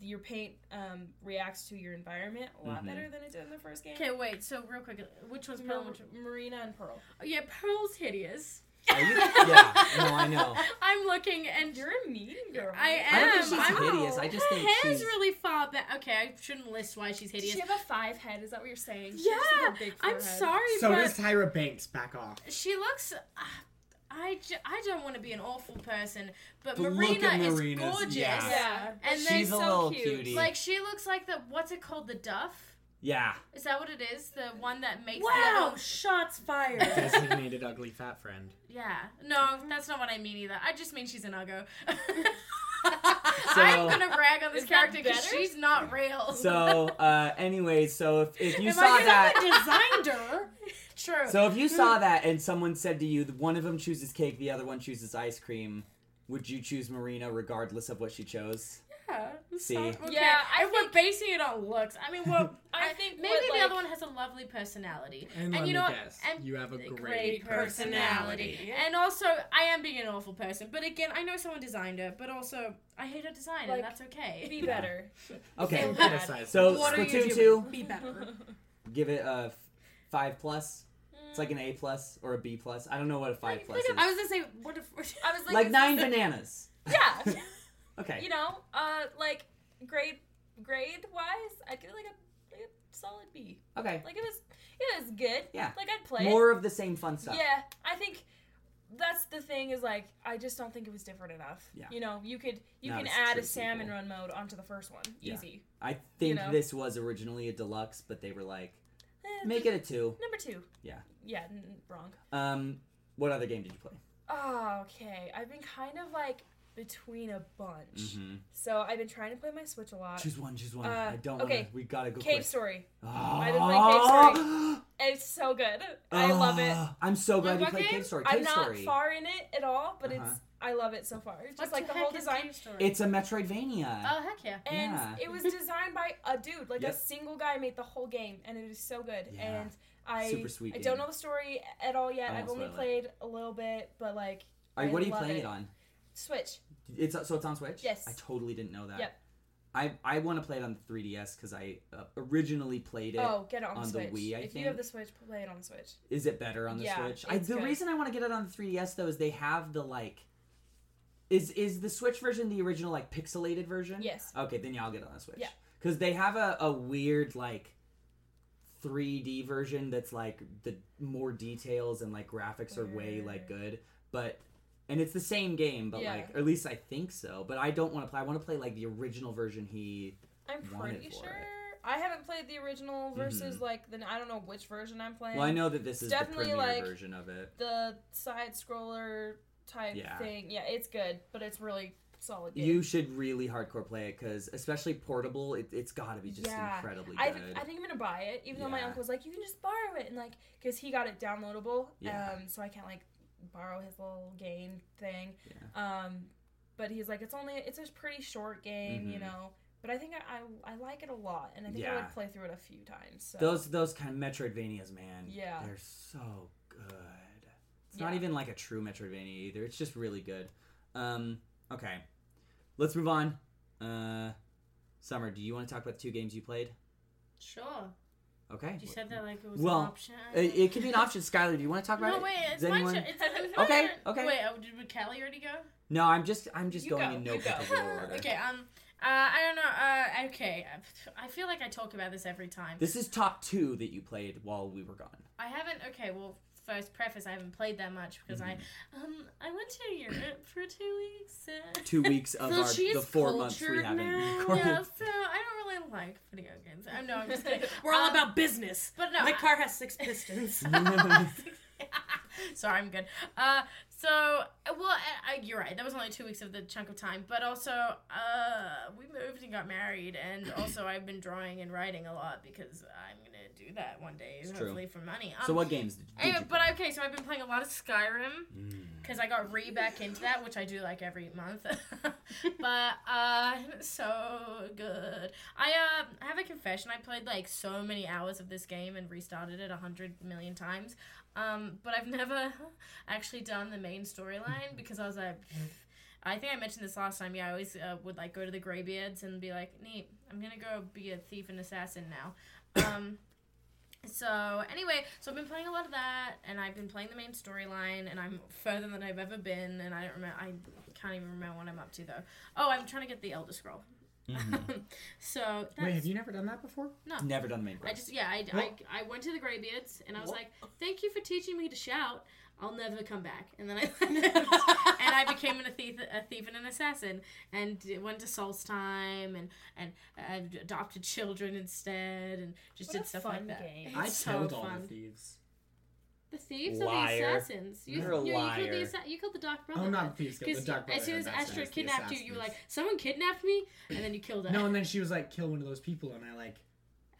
Speaker 5: your paint um reacts to your environment a lot
Speaker 1: Mhm.
Speaker 5: better than it did in the first game.
Speaker 2: Okay, wait. So real quick, which one's Pearl? and
Speaker 5: Mar-
Speaker 2: Which...
Speaker 5: Marina and Pearl.
Speaker 2: Oh, yeah, Pearl's hideous.
Speaker 1: Are you- yeah. No, I know.
Speaker 2: I'm looking and
Speaker 5: You're a mean girl.
Speaker 2: I am.
Speaker 1: I don't think she's
Speaker 2: I'm-
Speaker 1: hideous. I just
Speaker 2: her
Speaker 1: think
Speaker 2: hair is
Speaker 1: she's-
Speaker 2: really far back. Okay, I shouldn't list why she's
Speaker 5: Does
Speaker 2: hideous.
Speaker 5: she have a five head? Is that what you're saying? She
Speaker 2: yeah,
Speaker 5: has, like, a big
Speaker 2: I'm
Speaker 5: forehead.
Speaker 2: sorry,
Speaker 3: So
Speaker 2: but
Speaker 3: does Tyra Banks. Back off.
Speaker 2: she looks. Uh, I, ju- I don't want to be an awful person, but
Speaker 1: But look
Speaker 2: Marina
Speaker 1: at
Speaker 2: is
Speaker 1: Marina's-
Speaker 2: gorgeous.
Speaker 1: yeah.
Speaker 5: Yeah.
Speaker 2: And
Speaker 1: She's
Speaker 2: then
Speaker 1: a
Speaker 5: so
Speaker 1: little
Speaker 5: cute.
Speaker 1: cutie.
Speaker 2: Like she looks like the what's it called? The Duff.
Speaker 1: yeah.
Speaker 2: Is that what it is? The one that makes
Speaker 4: Wow,
Speaker 2: the
Speaker 4: shots fired.
Speaker 3: Designated ugly fat friend.
Speaker 2: Yeah. No, that's not what I mean either. I just mean she's an uggo. I'm gonna rag on this
Speaker 5: Is that
Speaker 2: character because
Speaker 5: better?
Speaker 2: she's not real.
Speaker 1: So, uh, anyway, so if, if you
Speaker 4: Am
Speaker 1: saw
Speaker 4: I
Speaker 1: that.
Speaker 4: gonna have a designer? True.
Speaker 1: So if you
Speaker 5: Mm.
Speaker 1: saw that and someone said to you, one of them chooses cake, the other one chooses ice cream, would you choose Marina regardless of what she chose?
Speaker 2: yeah.
Speaker 1: See.
Speaker 2: So- okay.
Speaker 5: Yeah, I
Speaker 2: if we're basing it on looks, I mean, well,
Speaker 5: I think
Speaker 2: maybe
Speaker 5: what,
Speaker 2: the
Speaker 5: like-
Speaker 2: other one has a lovely personality,
Speaker 3: And, let
Speaker 2: you
Speaker 3: me
Speaker 2: know what?
Speaker 3: guess,
Speaker 2: And
Speaker 3: you have a
Speaker 2: great
Speaker 3: great,
Speaker 2: personality.
Speaker 3: personality.
Speaker 2: and also I am being an awful person. But again, I know someone designed her, but also I hate her design,
Speaker 5: Like,
Speaker 2: and that's okay.
Speaker 5: Be better.
Speaker 1: Okay.
Speaker 5: Feel bad.
Speaker 1: So
Speaker 4: What are you
Speaker 1: Splatoon
Speaker 4: doing?
Speaker 1: 2,
Speaker 4: Be better.
Speaker 1: give it a f- 5 plus. It's like an A plus or a B plus. I don't know what a 5
Speaker 5: Like,
Speaker 1: plus
Speaker 5: like
Speaker 1: is.
Speaker 2: I was gonna say what if
Speaker 5: I was like,
Speaker 1: like
Speaker 5: is
Speaker 1: 9
Speaker 5: this-
Speaker 1: bananas.
Speaker 5: Yeah.
Speaker 1: Okay.
Speaker 5: you know, uh, like grade grade wise, I'd give it like a, like a solid B.
Speaker 1: okay.
Speaker 5: Like it was, it was good.
Speaker 1: Yeah.
Speaker 5: Like I'd play
Speaker 1: More of the same fun
Speaker 5: it.
Speaker 1: stuff.
Speaker 5: Yeah, I think that's the thing is like I just don't think it was different enough.
Speaker 1: Yeah.
Speaker 5: You know, you could you
Speaker 1: Not
Speaker 5: can
Speaker 1: as
Speaker 5: add
Speaker 1: true
Speaker 5: a salmon
Speaker 1: sequel.
Speaker 5: run mode onto the first one,
Speaker 1: Yeah.
Speaker 5: easy.
Speaker 1: I think
Speaker 5: know.
Speaker 1: this was originally a deluxe, but they were like,
Speaker 5: Eh,
Speaker 1: make it a 2.
Speaker 5: number two.
Speaker 1: Yeah.
Speaker 5: Yeah. N- wrong.
Speaker 1: Um what other game did you play?
Speaker 5: Oh, okay. I've been kind of like between a bunch,
Speaker 1: Mhm.
Speaker 5: so I've been trying to play my Switch a lot.
Speaker 1: Choose one, choose one.
Speaker 5: uh,
Speaker 1: I don't
Speaker 5: okay.
Speaker 1: want to. We got to go
Speaker 5: Cave
Speaker 1: quick. Ah.
Speaker 5: Story.
Speaker 1: I've
Speaker 5: been playing Cave It's so good. I love it.
Speaker 1: I'm Ah, so
Speaker 2: Like
Speaker 1: glad you
Speaker 2: what
Speaker 1: played
Speaker 2: game?
Speaker 1: Cave Story. Cave
Speaker 5: I'm not
Speaker 1: Story.
Speaker 5: far in it at all, but
Speaker 1: Uh-huh.
Speaker 5: it's I love it so far. Just like the, whole design,
Speaker 2: story.
Speaker 1: It's a Metroidvania.
Speaker 2: oh heck yeah.
Speaker 5: and
Speaker 1: Yeah.
Speaker 5: it was designed by a dude, like
Speaker 1: Yep.
Speaker 5: a single guy made the whole game, and it is so good.
Speaker 1: Yeah.
Speaker 5: And I
Speaker 1: Super sweet
Speaker 5: I
Speaker 1: game.
Speaker 5: don't know the story at all yet.
Speaker 1: I
Speaker 5: I've
Speaker 1: won't spoil
Speaker 5: only
Speaker 1: it.
Speaker 5: played a little bit, but like
Speaker 1: Are-
Speaker 5: I
Speaker 1: what are you
Speaker 5: love
Speaker 1: playing it.
Speaker 5: it.
Speaker 1: on?
Speaker 5: Switch.
Speaker 1: It's so it's on Switch.
Speaker 5: Yes.
Speaker 1: I totally didn't know that.
Speaker 5: Yep.
Speaker 1: I I want to play it on the 3DS because I uh, originally played it. Is
Speaker 5: oh, get it on,
Speaker 1: on the
Speaker 5: Switch.
Speaker 1: Wii, I
Speaker 5: if you have
Speaker 1: think.
Speaker 5: the Switch, play it on the Switch.
Speaker 1: it better on the
Speaker 5: Yeah,
Speaker 1: Switch? I,
Speaker 5: it's
Speaker 1: the
Speaker 5: good.
Speaker 1: reason I want to get it on the 3DS though is they have the like. Is is the Switch version the original like pixelated version?
Speaker 5: Yes.
Speaker 1: Okay, then yeah, I'll get it on the Switch.
Speaker 5: Yeah.
Speaker 1: Because they have a, a weird like 3D version that's like the more details and like graphics are way like good, but and it's the same game, but
Speaker 5: Mm. Yeah.
Speaker 1: like or at least I think so. But I don't want to play. I want to play like the original version. He
Speaker 5: I'm
Speaker 1: Want it
Speaker 5: pretty
Speaker 1: for
Speaker 5: sure.
Speaker 1: it. Mm-hmm.
Speaker 5: I haven't played the original versus like the I don't know which version I'm playing.
Speaker 1: well, I know that this is the
Speaker 5: definitely,
Speaker 1: premiere
Speaker 5: like-
Speaker 1: version of it.
Speaker 5: the side scroller type
Speaker 1: Yeah.
Speaker 5: thing. Yeah, it's good, but it's really solid. Game.
Speaker 1: You should really hardcore play it because especially portable, it, it's got to be just
Speaker 5: Yeah.
Speaker 1: incredibly
Speaker 5: I,
Speaker 1: good.
Speaker 5: I think I'm gonna buy it, even though my
Speaker 1: Yeah.
Speaker 5: uncle was like, "You can just borrow it," and like, cause he got it downloadable,
Speaker 1: Yeah.
Speaker 5: um, so I can't like borrow his little game thing. Um, but he's like, "It's only it's a pretty short game, you
Speaker 1: Mhm.
Speaker 5: know." But I think I, I I like it a lot, and I think I
Speaker 1: Yeah.
Speaker 5: would play through it a few times. So.
Speaker 1: those those kind of Metroidvanias, man.
Speaker 5: Yeah.
Speaker 1: they're so good. It's not
Speaker 5: Yeah.
Speaker 1: even like a true Metroidvania either. It's just really good. Um, okay, let's move on. Uh, Summer, do you want to talk about the two games you played?
Speaker 2: Sure.
Speaker 1: Okay.
Speaker 2: You said that like it was
Speaker 1: Well,
Speaker 2: an option.
Speaker 1: It, it can be an option. Skylar, do you want to talk about
Speaker 2: No,
Speaker 1: it?
Speaker 2: wait, it's
Speaker 1: Does
Speaker 2: my
Speaker 1: anyone-
Speaker 2: turn. It's, it's
Speaker 1: Okay,
Speaker 2: my turn.
Speaker 1: okay.
Speaker 2: Wait, oh, did Callie already go?
Speaker 1: No, I'm just I'm just
Speaker 5: You
Speaker 1: going
Speaker 5: go,
Speaker 1: in no
Speaker 5: you go.
Speaker 1: particular order.
Speaker 2: okay, um, uh, I don't know. Uh, okay, I feel like I talk about this every time.
Speaker 1: This is top two that you played while we were gone.
Speaker 2: I haven't. Okay, well, first preface, I haven't played that much because
Speaker 1: Mm-hmm.
Speaker 2: I, um, I went to Europe for two weeks. uh,
Speaker 1: Two weeks of
Speaker 2: so
Speaker 1: our
Speaker 2: she's
Speaker 1: the four months we
Speaker 2: cultured
Speaker 1: haven't
Speaker 2: now.
Speaker 1: recorded.
Speaker 2: Yeah, Um, so I don't really like video games. I know I'm just kidding.
Speaker 4: We're all
Speaker 2: Um,
Speaker 4: about business.
Speaker 2: but no,
Speaker 4: My
Speaker 2: I-
Speaker 4: car has six pistons.
Speaker 2: Sorry, I'm good. Uh, so uh, well, I, I, you're right. That was only two weeks of the chunk of time, but also, uh, we moved and got married, and also I've been drawing and writing a lot because I'm gonna do that one day,
Speaker 1: It's true.
Speaker 2: hopefully for money. Um,
Speaker 1: so what games did, did
Speaker 2: anyway,
Speaker 1: you
Speaker 2: but
Speaker 1: play?
Speaker 2: okay, so I've been playing a lot of
Speaker 1: Mm,
Speaker 2: Skyrim because I got re back into that, which I do like every month. but uh, so good. I uh, I have a confession. I played like so many hours of this game and restarted it a hundred million times. Um, but I've never actually done the main storyline because I was like. I think I mentioned this last time. Yeah, I always uh, would like go to the Greybeards and be like, "Neat, I'm gonna go be a thief and assassin now." Um, so anyway, so I've been playing a lot of that, and I've been playing the main storyline, and I'm further than I've ever been, and I don't remember. I can't even remember what I'm up to though. Oh, I'm trying to get the Elder Scroll.
Speaker 1: mm,
Speaker 2: so that's,
Speaker 3: Hmm. Wait, have you never done that before?
Speaker 1: Never done main
Speaker 2: I
Speaker 1: quest.
Speaker 2: just yeah, I,
Speaker 3: What?
Speaker 2: I, I went to the Greybeards, and I was
Speaker 3: What?
Speaker 2: like, "Thank you for teaching me to shout. I'll never come back." And then I left, and I became an, a thief, a thief and an assassin, and went to Solstheim, and and uh, adopted children instead, and just
Speaker 5: What
Speaker 2: did
Speaker 5: a
Speaker 2: stuff
Speaker 5: fun
Speaker 2: like that.
Speaker 5: game.
Speaker 2: It's
Speaker 3: I
Speaker 2: so
Speaker 3: killed all
Speaker 2: fun.
Speaker 3: the thieves.
Speaker 2: The thieves are the
Speaker 1: Liar.
Speaker 2: assassins. You,
Speaker 1: You're a
Speaker 2: you, you killed
Speaker 1: liar.
Speaker 2: the assa- you killed the Dark Brother.
Speaker 3: Oh, not the thieves. The
Speaker 2: Because
Speaker 3: Dark
Speaker 2: as soon
Speaker 3: Brotherhood,
Speaker 2: as
Speaker 3: that's
Speaker 2: Astra
Speaker 3: nice, the
Speaker 2: kidnapped you, you were
Speaker 3: assassins.
Speaker 2: like, "Someone kidnapped me," and then you killed her.
Speaker 3: No, and then she was like, kill one of those people, and I like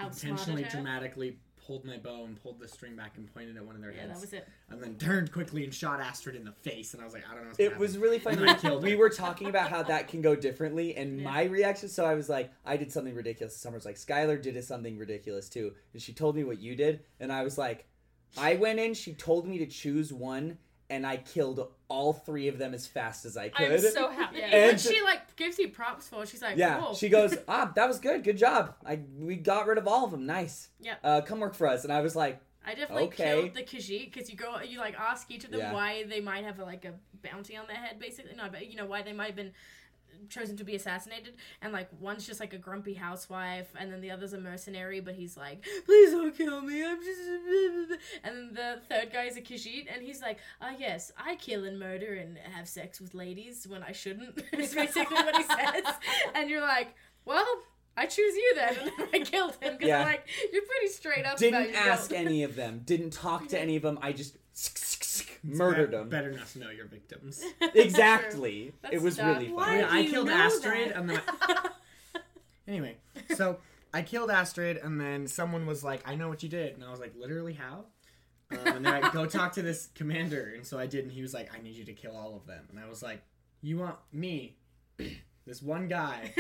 Speaker 3: intentionally
Speaker 2: outsmarted her.
Speaker 3: dramatically pulled my bow and pulled the string back and pointed at one of their
Speaker 2: Yeah,
Speaker 3: heads,
Speaker 2: that was it.
Speaker 3: and then turned quickly and shot Astrid in the face, and I was like, I don't know. What's
Speaker 1: It
Speaker 3: gonna
Speaker 1: was
Speaker 3: happen.
Speaker 1: really funny.
Speaker 3: And I killed
Speaker 1: we
Speaker 3: her.
Speaker 1: were talking about how that can go differently, and
Speaker 2: Yeah.
Speaker 1: my reaction. So I was like, I did something ridiculous. Summer's like, Skylar did something ridiculous too, and she told me what you did, and I was like, I went in. She told me to choose one, and I killed all three of them as fast as I could.
Speaker 5: I'm so happy.
Speaker 2: Yeah,
Speaker 1: And-
Speaker 2: and she like gives you props for. it. She's like,
Speaker 1: Yeah,
Speaker 2: "Cool."
Speaker 1: she goes, ah, that was good. Good job. I we got rid of all of them. Nice.
Speaker 2: Yeah.
Speaker 1: Uh, come work for us. And I was like,
Speaker 2: I definitely
Speaker 1: Okay.
Speaker 2: killed the Khajiit because you go, you like ask each of them
Speaker 1: Yeah.
Speaker 2: why they might have like a bounty on their head, basically. No, but you know why they might have been chosen to be assassinated, and like one's just like a grumpy housewife, and then the other's a mercenary, but he's like, please don't kill me, I'm just. And then the third guy is a Khajiit, and he's like, ah yes, I kill and murder and have sex with ladies when I shouldn't. It's basically what he says, and you're like, well. I choose you then. And I killed him because
Speaker 1: Yeah.
Speaker 2: I'm like, you're pretty straight up. about
Speaker 1: didn't
Speaker 2: your guilt."
Speaker 1: ask any of them. Didn't talk to any of them. I just
Speaker 3: It's
Speaker 1: murdered
Speaker 3: bet-
Speaker 1: them.
Speaker 3: Better not to know your victims.
Speaker 1: Exactly.
Speaker 2: That's
Speaker 1: It was
Speaker 2: dumb.
Speaker 1: really
Speaker 4: Why
Speaker 1: funny.
Speaker 3: yeah,
Speaker 4: do
Speaker 3: I
Speaker 4: you
Speaker 3: killed
Speaker 4: know
Speaker 3: Astrid,
Speaker 4: that?
Speaker 3: and then. I... anyway, so I killed Astrid, and then someone was like, "I know what you did," and I was like, "Literally how?" Um, and they're like, "Go talk to this commander," and so I did, and he was like, "I need you to kill all of them," and I was like, "You want me?" This one guy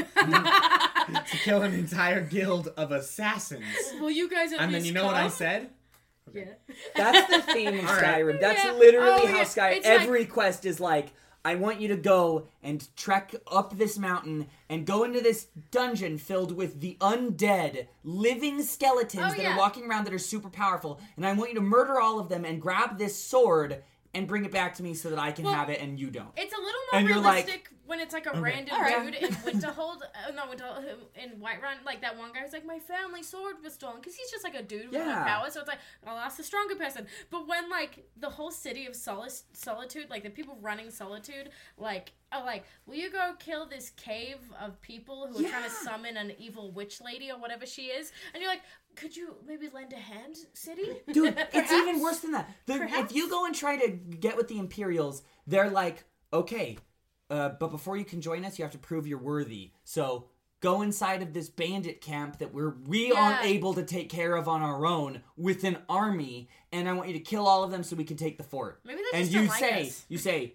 Speaker 3: to kill an entire guild of assassins,
Speaker 2: Well, you guys at
Speaker 3: and then
Speaker 2: least
Speaker 3: you know what I
Speaker 2: come.
Speaker 3: said?
Speaker 2: Yeah.
Speaker 1: That's the theme in
Speaker 3: All right.
Speaker 1: Skyrim. That's
Speaker 2: Yeah.
Speaker 1: literally
Speaker 2: Oh,
Speaker 1: how
Speaker 2: yeah.
Speaker 1: Sky
Speaker 2: It's like-
Speaker 1: every quest is like. I want you to go and trek up this mountain and go into this dungeon filled with the undead, living skeletons
Speaker 2: Oh,
Speaker 1: that
Speaker 2: yeah.
Speaker 1: are walking around that are super powerful. And I want you to murder all of them and grab this sword and bring it back to me so that I can
Speaker 2: Well,
Speaker 1: have it and you don't.
Speaker 2: It's a little more
Speaker 1: And you're like-
Speaker 2: realistic when it's like a random
Speaker 5: Alright.
Speaker 2: dude in Winterhold, uh, no Winterhold in Whiterun, like that one guy who's like, my family sword was stolen because he's just like a dude with no
Speaker 1: Yeah.
Speaker 2: power. So it's like I'll ask the stronger person. But when like the whole city of solace, solitude, like the people running solitude, like. Oh, like, will you go kill this cave of people who are trying to
Speaker 1: Yeah.
Speaker 2: summon an evil witch lady or whatever she is? And you're like, could you maybe lend a hand, city?
Speaker 1: Dude, it's
Speaker 2: Perhaps?
Speaker 1: even worse than that. The- if
Speaker 2: Perhaps.
Speaker 1: you go and try to get with the Imperials, they're like, okay, uh, but before you can join us, you have to prove you're worthy. So go inside of this bandit camp that we're we aren't
Speaker 2: Yeah.
Speaker 1: able to take care of on our own with an army, and I want you to kill all of them so we can take the fort.
Speaker 2: Maybe they
Speaker 1: and
Speaker 2: just
Speaker 1: you
Speaker 2: don't like
Speaker 1: say
Speaker 2: us.
Speaker 1: you say.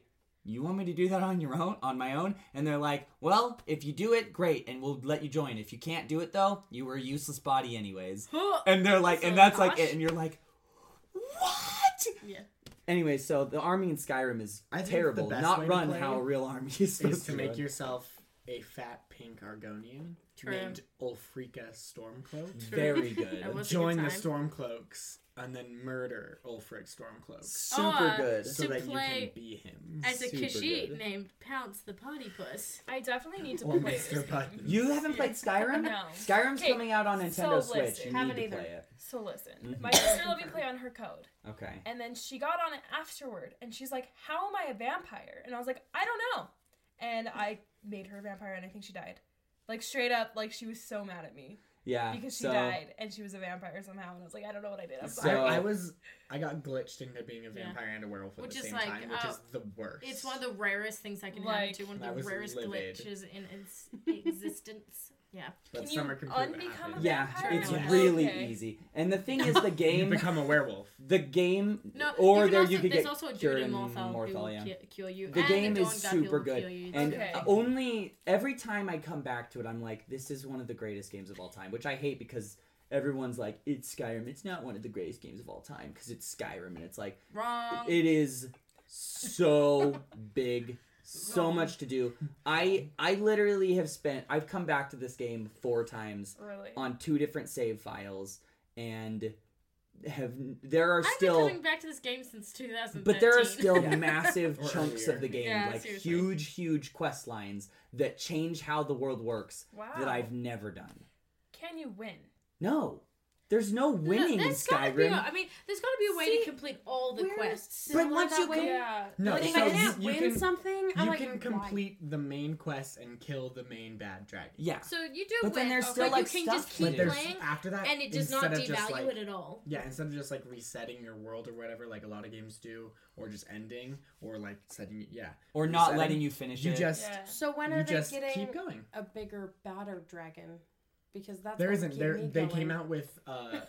Speaker 1: You want me to do that on your own, on my own? And they're like, "Well, if you do it, great, and we'll let you join. If you can't do it, though, you were a useless body, anyways." and they're like, and
Speaker 2: So
Speaker 1: that's like
Speaker 2: posh.
Speaker 1: it, and you're like, what?
Speaker 2: Yeah.
Speaker 1: Anyway, so the army in Skyrim is
Speaker 3: I think
Speaker 1: terrible.
Speaker 3: the best way
Speaker 1: Not
Speaker 3: to
Speaker 1: run
Speaker 3: play
Speaker 1: how a real army is supposed
Speaker 3: Is to make
Speaker 1: run.
Speaker 3: yourself a fat pink Argonian
Speaker 2: True.
Speaker 3: named Ulfrika Stormcloak.
Speaker 1: very
Speaker 2: That
Speaker 1: good.
Speaker 2: was- a good
Speaker 3: join the
Speaker 2: time.
Speaker 3: Stormcloaks and then murder Ulfric Stormcloak
Speaker 1: Super
Speaker 2: uh,
Speaker 1: good.
Speaker 3: so
Speaker 2: To
Speaker 3: that you
Speaker 2: play
Speaker 3: can be him.
Speaker 2: As a
Speaker 1: Super
Speaker 2: Kashyyyk
Speaker 1: good.
Speaker 2: named Pounce the Potty Puss.
Speaker 5: I definitely need to
Speaker 3: Or
Speaker 5: play this
Speaker 3: Mr.
Speaker 5: game.
Speaker 3: Button.
Speaker 1: You haven't played Skyrim?
Speaker 5: No.
Speaker 1: Skyrim's
Speaker 5: Okay,
Speaker 1: coming out on Nintendo
Speaker 5: so
Speaker 1: Switch.
Speaker 5: listen.
Speaker 1: You need
Speaker 4: Haven't
Speaker 1: to
Speaker 4: either.
Speaker 1: play it.
Speaker 5: So listen,
Speaker 1: Mhm.
Speaker 5: my sister let me play on her code,
Speaker 1: Okay.
Speaker 5: and then she got on it afterward, and she's like, "How am I a vampire?" And I was like, "I don't know," and I made her a vampire, and I think she died. Like straight up, like she was so mad at me
Speaker 1: Yeah.
Speaker 5: because she
Speaker 1: so,
Speaker 5: died and she was a vampire somehow, and I was like, I don't know what I did. I'm
Speaker 1: So-
Speaker 5: sorry.
Speaker 3: I, I was I got glitched into being a
Speaker 2: Yeah.
Speaker 3: vampire and a werewolf at
Speaker 2: Which
Speaker 3: the
Speaker 2: is
Speaker 3: same
Speaker 2: like,
Speaker 3: time, which
Speaker 2: oh,
Speaker 3: is the worst.
Speaker 2: It's one of the rarest things I can
Speaker 5: Like-
Speaker 2: happen to. One
Speaker 3: I
Speaker 2: of the
Speaker 3: was
Speaker 2: rarest
Speaker 3: livid.
Speaker 2: glitches in its existence. Yeah.
Speaker 3: but
Speaker 5: Can you
Speaker 3: summer computer
Speaker 5: unbecome
Speaker 3: happened.
Speaker 5: a
Speaker 1: Yeah,
Speaker 5: vampire?
Speaker 1: it's
Speaker 3: Yeah.
Speaker 1: really
Speaker 5: Okay.
Speaker 1: easy. And the thing is, the
Speaker 3: You
Speaker 1: game,
Speaker 3: become a werewolf.
Speaker 1: the game,
Speaker 2: No,
Speaker 1: or
Speaker 2: you can
Speaker 1: there
Speaker 2: also,
Speaker 1: you could
Speaker 2: there's
Speaker 1: get
Speaker 2: also a
Speaker 1: cured in
Speaker 2: Durimorphal who will
Speaker 1: Morphalia.
Speaker 2: ki- kill you.
Speaker 1: The
Speaker 2: and
Speaker 1: game
Speaker 2: the
Speaker 1: is
Speaker 2: Dawn God who
Speaker 1: super
Speaker 2: will
Speaker 1: good,
Speaker 2: kill you.
Speaker 1: and
Speaker 5: Okay.
Speaker 1: only every time I come back to it, I'm like, this is one of the greatest games of all time, which I hate because everyone's like, it's Skyrim. It's not one of the greatest games of all time because it's Skyrim, and it's like
Speaker 2: wrong.
Speaker 1: it is so big, so much to do. I I literally have spent. I've come back to this game four times
Speaker 5: Really?
Speaker 1: on two different save files, and have there are
Speaker 2: I've
Speaker 1: still
Speaker 2: been coming back to this game since 2013.
Speaker 1: but there are still
Speaker 3: Yeah.
Speaker 1: massive
Speaker 3: Or
Speaker 1: chunks
Speaker 3: earlier.
Speaker 1: of the game,
Speaker 2: Yeah,
Speaker 1: like
Speaker 2: seriously.
Speaker 1: huge, huge quest lines that change how the world works
Speaker 5: Wow.
Speaker 1: that I've never done.
Speaker 5: Can you win?
Speaker 1: No, there's no winning in
Speaker 2: there's gotta be a-
Speaker 1: Skyrim.
Speaker 2: I mean, there's got to be a way
Speaker 4: See,
Speaker 2: to complete all the
Speaker 4: we're
Speaker 2: quests.
Speaker 4: similar
Speaker 1: But once
Speaker 4: that
Speaker 1: you
Speaker 4: way.
Speaker 1: can-
Speaker 5: Yeah.
Speaker 3: No,
Speaker 4: like, if
Speaker 3: so
Speaker 4: I
Speaker 3: you-
Speaker 4: can't
Speaker 3: you
Speaker 4: win
Speaker 3: can-
Speaker 4: something, I'm
Speaker 3: you
Speaker 4: like,
Speaker 3: can
Speaker 4: why?
Speaker 3: complete the main quest and kill the main bad dragon.
Speaker 1: Yeah,
Speaker 2: So you do
Speaker 1: But
Speaker 2: win.
Speaker 1: then there's
Speaker 2: okay.
Speaker 1: still,
Speaker 2: Like,
Speaker 1: like,
Speaker 2: you can
Speaker 1: stuff
Speaker 2: just
Speaker 1: to
Speaker 2: keep
Speaker 1: do. There's-
Speaker 2: playing,
Speaker 3: after that,
Speaker 2: and it does not
Speaker 3: instead of
Speaker 2: devalue
Speaker 3: just, like-
Speaker 2: it at all.
Speaker 3: Yeah, instead of just like resetting your world or whatever, like a lot of games do, or just ending, or like setting. Yeah,
Speaker 1: or not
Speaker 3: resetting.
Speaker 1: letting you finish
Speaker 3: you
Speaker 1: it.
Speaker 3: just
Speaker 5: Yeah.
Speaker 4: So when
Speaker 3: you
Speaker 4: are they
Speaker 3: just
Speaker 4: getting
Speaker 3: keep going.
Speaker 4: a bigger, badder dragon? Because that's
Speaker 3: There
Speaker 4: what
Speaker 3: isn't.
Speaker 4: keep
Speaker 3: There
Speaker 4: me
Speaker 3: they
Speaker 4: going.
Speaker 3: came out with uh,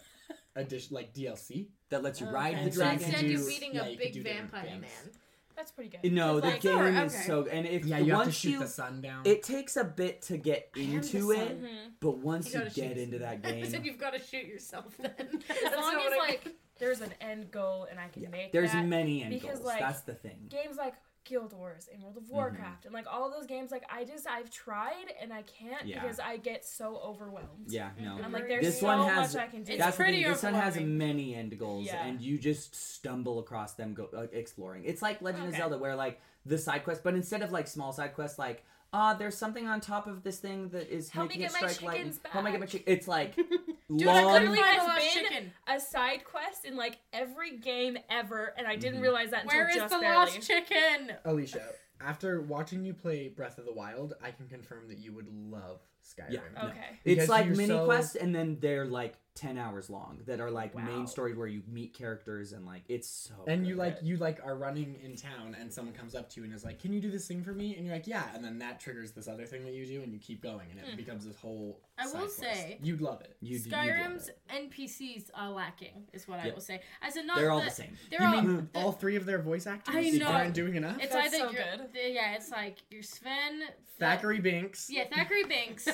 Speaker 3: a dish like DLC.
Speaker 1: that lets you
Speaker 2: Oh,
Speaker 4: Okay.
Speaker 1: ride the
Speaker 3: And so you
Speaker 1: dragon.
Speaker 3: can
Speaker 2: Instead,
Speaker 3: do-
Speaker 2: you're beating
Speaker 3: yeah,
Speaker 2: a
Speaker 3: you can do
Speaker 2: big
Speaker 3: different
Speaker 2: vampire
Speaker 3: things.
Speaker 2: man.
Speaker 5: That's pretty good.
Speaker 1: no,
Speaker 2: It's
Speaker 1: the
Speaker 2: like, oh,
Speaker 1: game
Speaker 4: sure,
Speaker 1: is
Speaker 4: okay.
Speaker 1: so, and if
Speaker 3: Yeah, you have to
Speaker 1: once
Speaker 3: shoot
Speaker 1: you,
Speaker 3: the sun down.
Speaker 1: it takes a bit to get
Speaker 4: I am the
Speaker 1: into it,
Speaker 4: sun.
Speaker 5: Mhm.
Speaker 1: but once
Speaker 2: You
Speaker 1: you,
Speaker 2: gotta shoot
Speaker 1: get
Speaker 2: the
Speaker 1: into that
Speaker 2: I said
Speaker 1: game,
Speaker 2: you've got to shoot yourself then.
Speaker 5: As
Speaker 2: That's
Speaker 5: long
Speaker 2: not
Speaker 5: as
Speaker 2: what I-
Speaker 5: like there's an end goal and I can
Speaker 1: yeah,
Speaker 5: make
Speaker 1: there's
Speaker 5: that.
Speaker 1: many end
Speaker 5: because,
Speaker 1: goals.
Speaker 5: like,
Speaker 1: That's the thing.
Speaker 5: games like Guild Wars and World
Speaker 1: Mm-hmm.
Speaker 5: of Warcraft and like all those games like I just I've tried and I can't
Speaker 1: Yeah.
Speaker 5: because I get so overwhelmed.
Speaker 1: Yeah,
Speaker 2: Mm-hmm.
Speaker 1: no.
Speaker 5: I'm like there's
Speaker 1: This
Speaker 5: so
Speaker 1: one has-
Speaker 5: much I can do.
Speaker 2: It's
Speaker 1: That's the
Speaker 2: pretty
Speaker 1: thing. This one has
Speaker 2: overwhelming.
Speaker 1: many end goals,
Speaker 5: Yeah.
Speaker 1: and you just stumble across them go uh, exploring. It's like Legend
Speaker 5: Okay.
Speaker 1: of Zelda, where like the side quest, but instead of like small side quests, like ah, there's something on top of this thing that is
Speaker 5: Help me
Speaker 1: making
Speaker 5: get
Speaker 1: it
Speaker 5: my
Speaker 1: strike lightning.
Speaker 5: chickens
Speaker 1: Help me get my
Speaker 5: back."
Speaker 1: chicken. It's like
Speaker 2: Dude, I
Speaker 1: long.
Speaker 5: literally
Speaker 2: literally
Speaker 5: has
Speaker 2: had lost
Speaker 5: been-
Speaker 2: chicken.
Speaker 5: a side quest in like every game ever and I didn't
Speaker 1: Mhm.
Speaker 5: realize that
Speaker 2: Where is
Speaker 5: until
Speaker 2: the
Speaker 5: just barely.
Speaker 2: lost chicken?
Speaker 3: Alicia, after watching you play Breath of the Wild, I can confirm that you would love Skyrim.
Speaker 1: Yeah. No.
Speaker 5: Okay.
Speaker 1: It's
Speaker 3: Because
Speaker 1: like
Speaker 3: you're
Speaker 1: mini
Speaker 3: so-
Speaker 1: quests, and then they're like ten hours long that are like
Speaker 5: Wow.
Speaker 1: main story where you meet characters and like it's so.
Speaker 3: And
Speaker 1: good.
Speaker 3: you like you like are running in town and someone comes up to you and is like, "Can you do this thing for me?" And you're like, "Yeah." And then that triggers this other thing that you do and you keep going and it
Speaker 5: Hmm.
Speaker 3: becomes this whole
Speaker 2: I will
Speaker 3: side quest.
Speaker 2: say-
Speaker 3: you'd love it.
Speaker 1: you, you
Speaker 2: Skyrim's NPCs are lacking, is what I
Speaker 1: Yeah.
Speaker 2: will say. As in, not
Speaker 1: They're all
Speaker 2: the-
Speaker 1: the same.
Speaker 2: They're
Speaker 3: You
Speaker 2: all.
Speaker 3: mean
Speaker 2: the-
Speaker 3: all three of their voice actors
Speaker 2: I know.
Speaker 3: aren't doing enough?
Speaker 2: it's
Speaker 5: That's
Speaker 2: either
Speaker 5: so
Speaker 2: you're,
Speaker 5: good.
Speaker 2: the- yeah, it's like you're Sven,
Speaker 3: Thackeray Binks.
Speaker 2: Yeah, Thackeray Banks.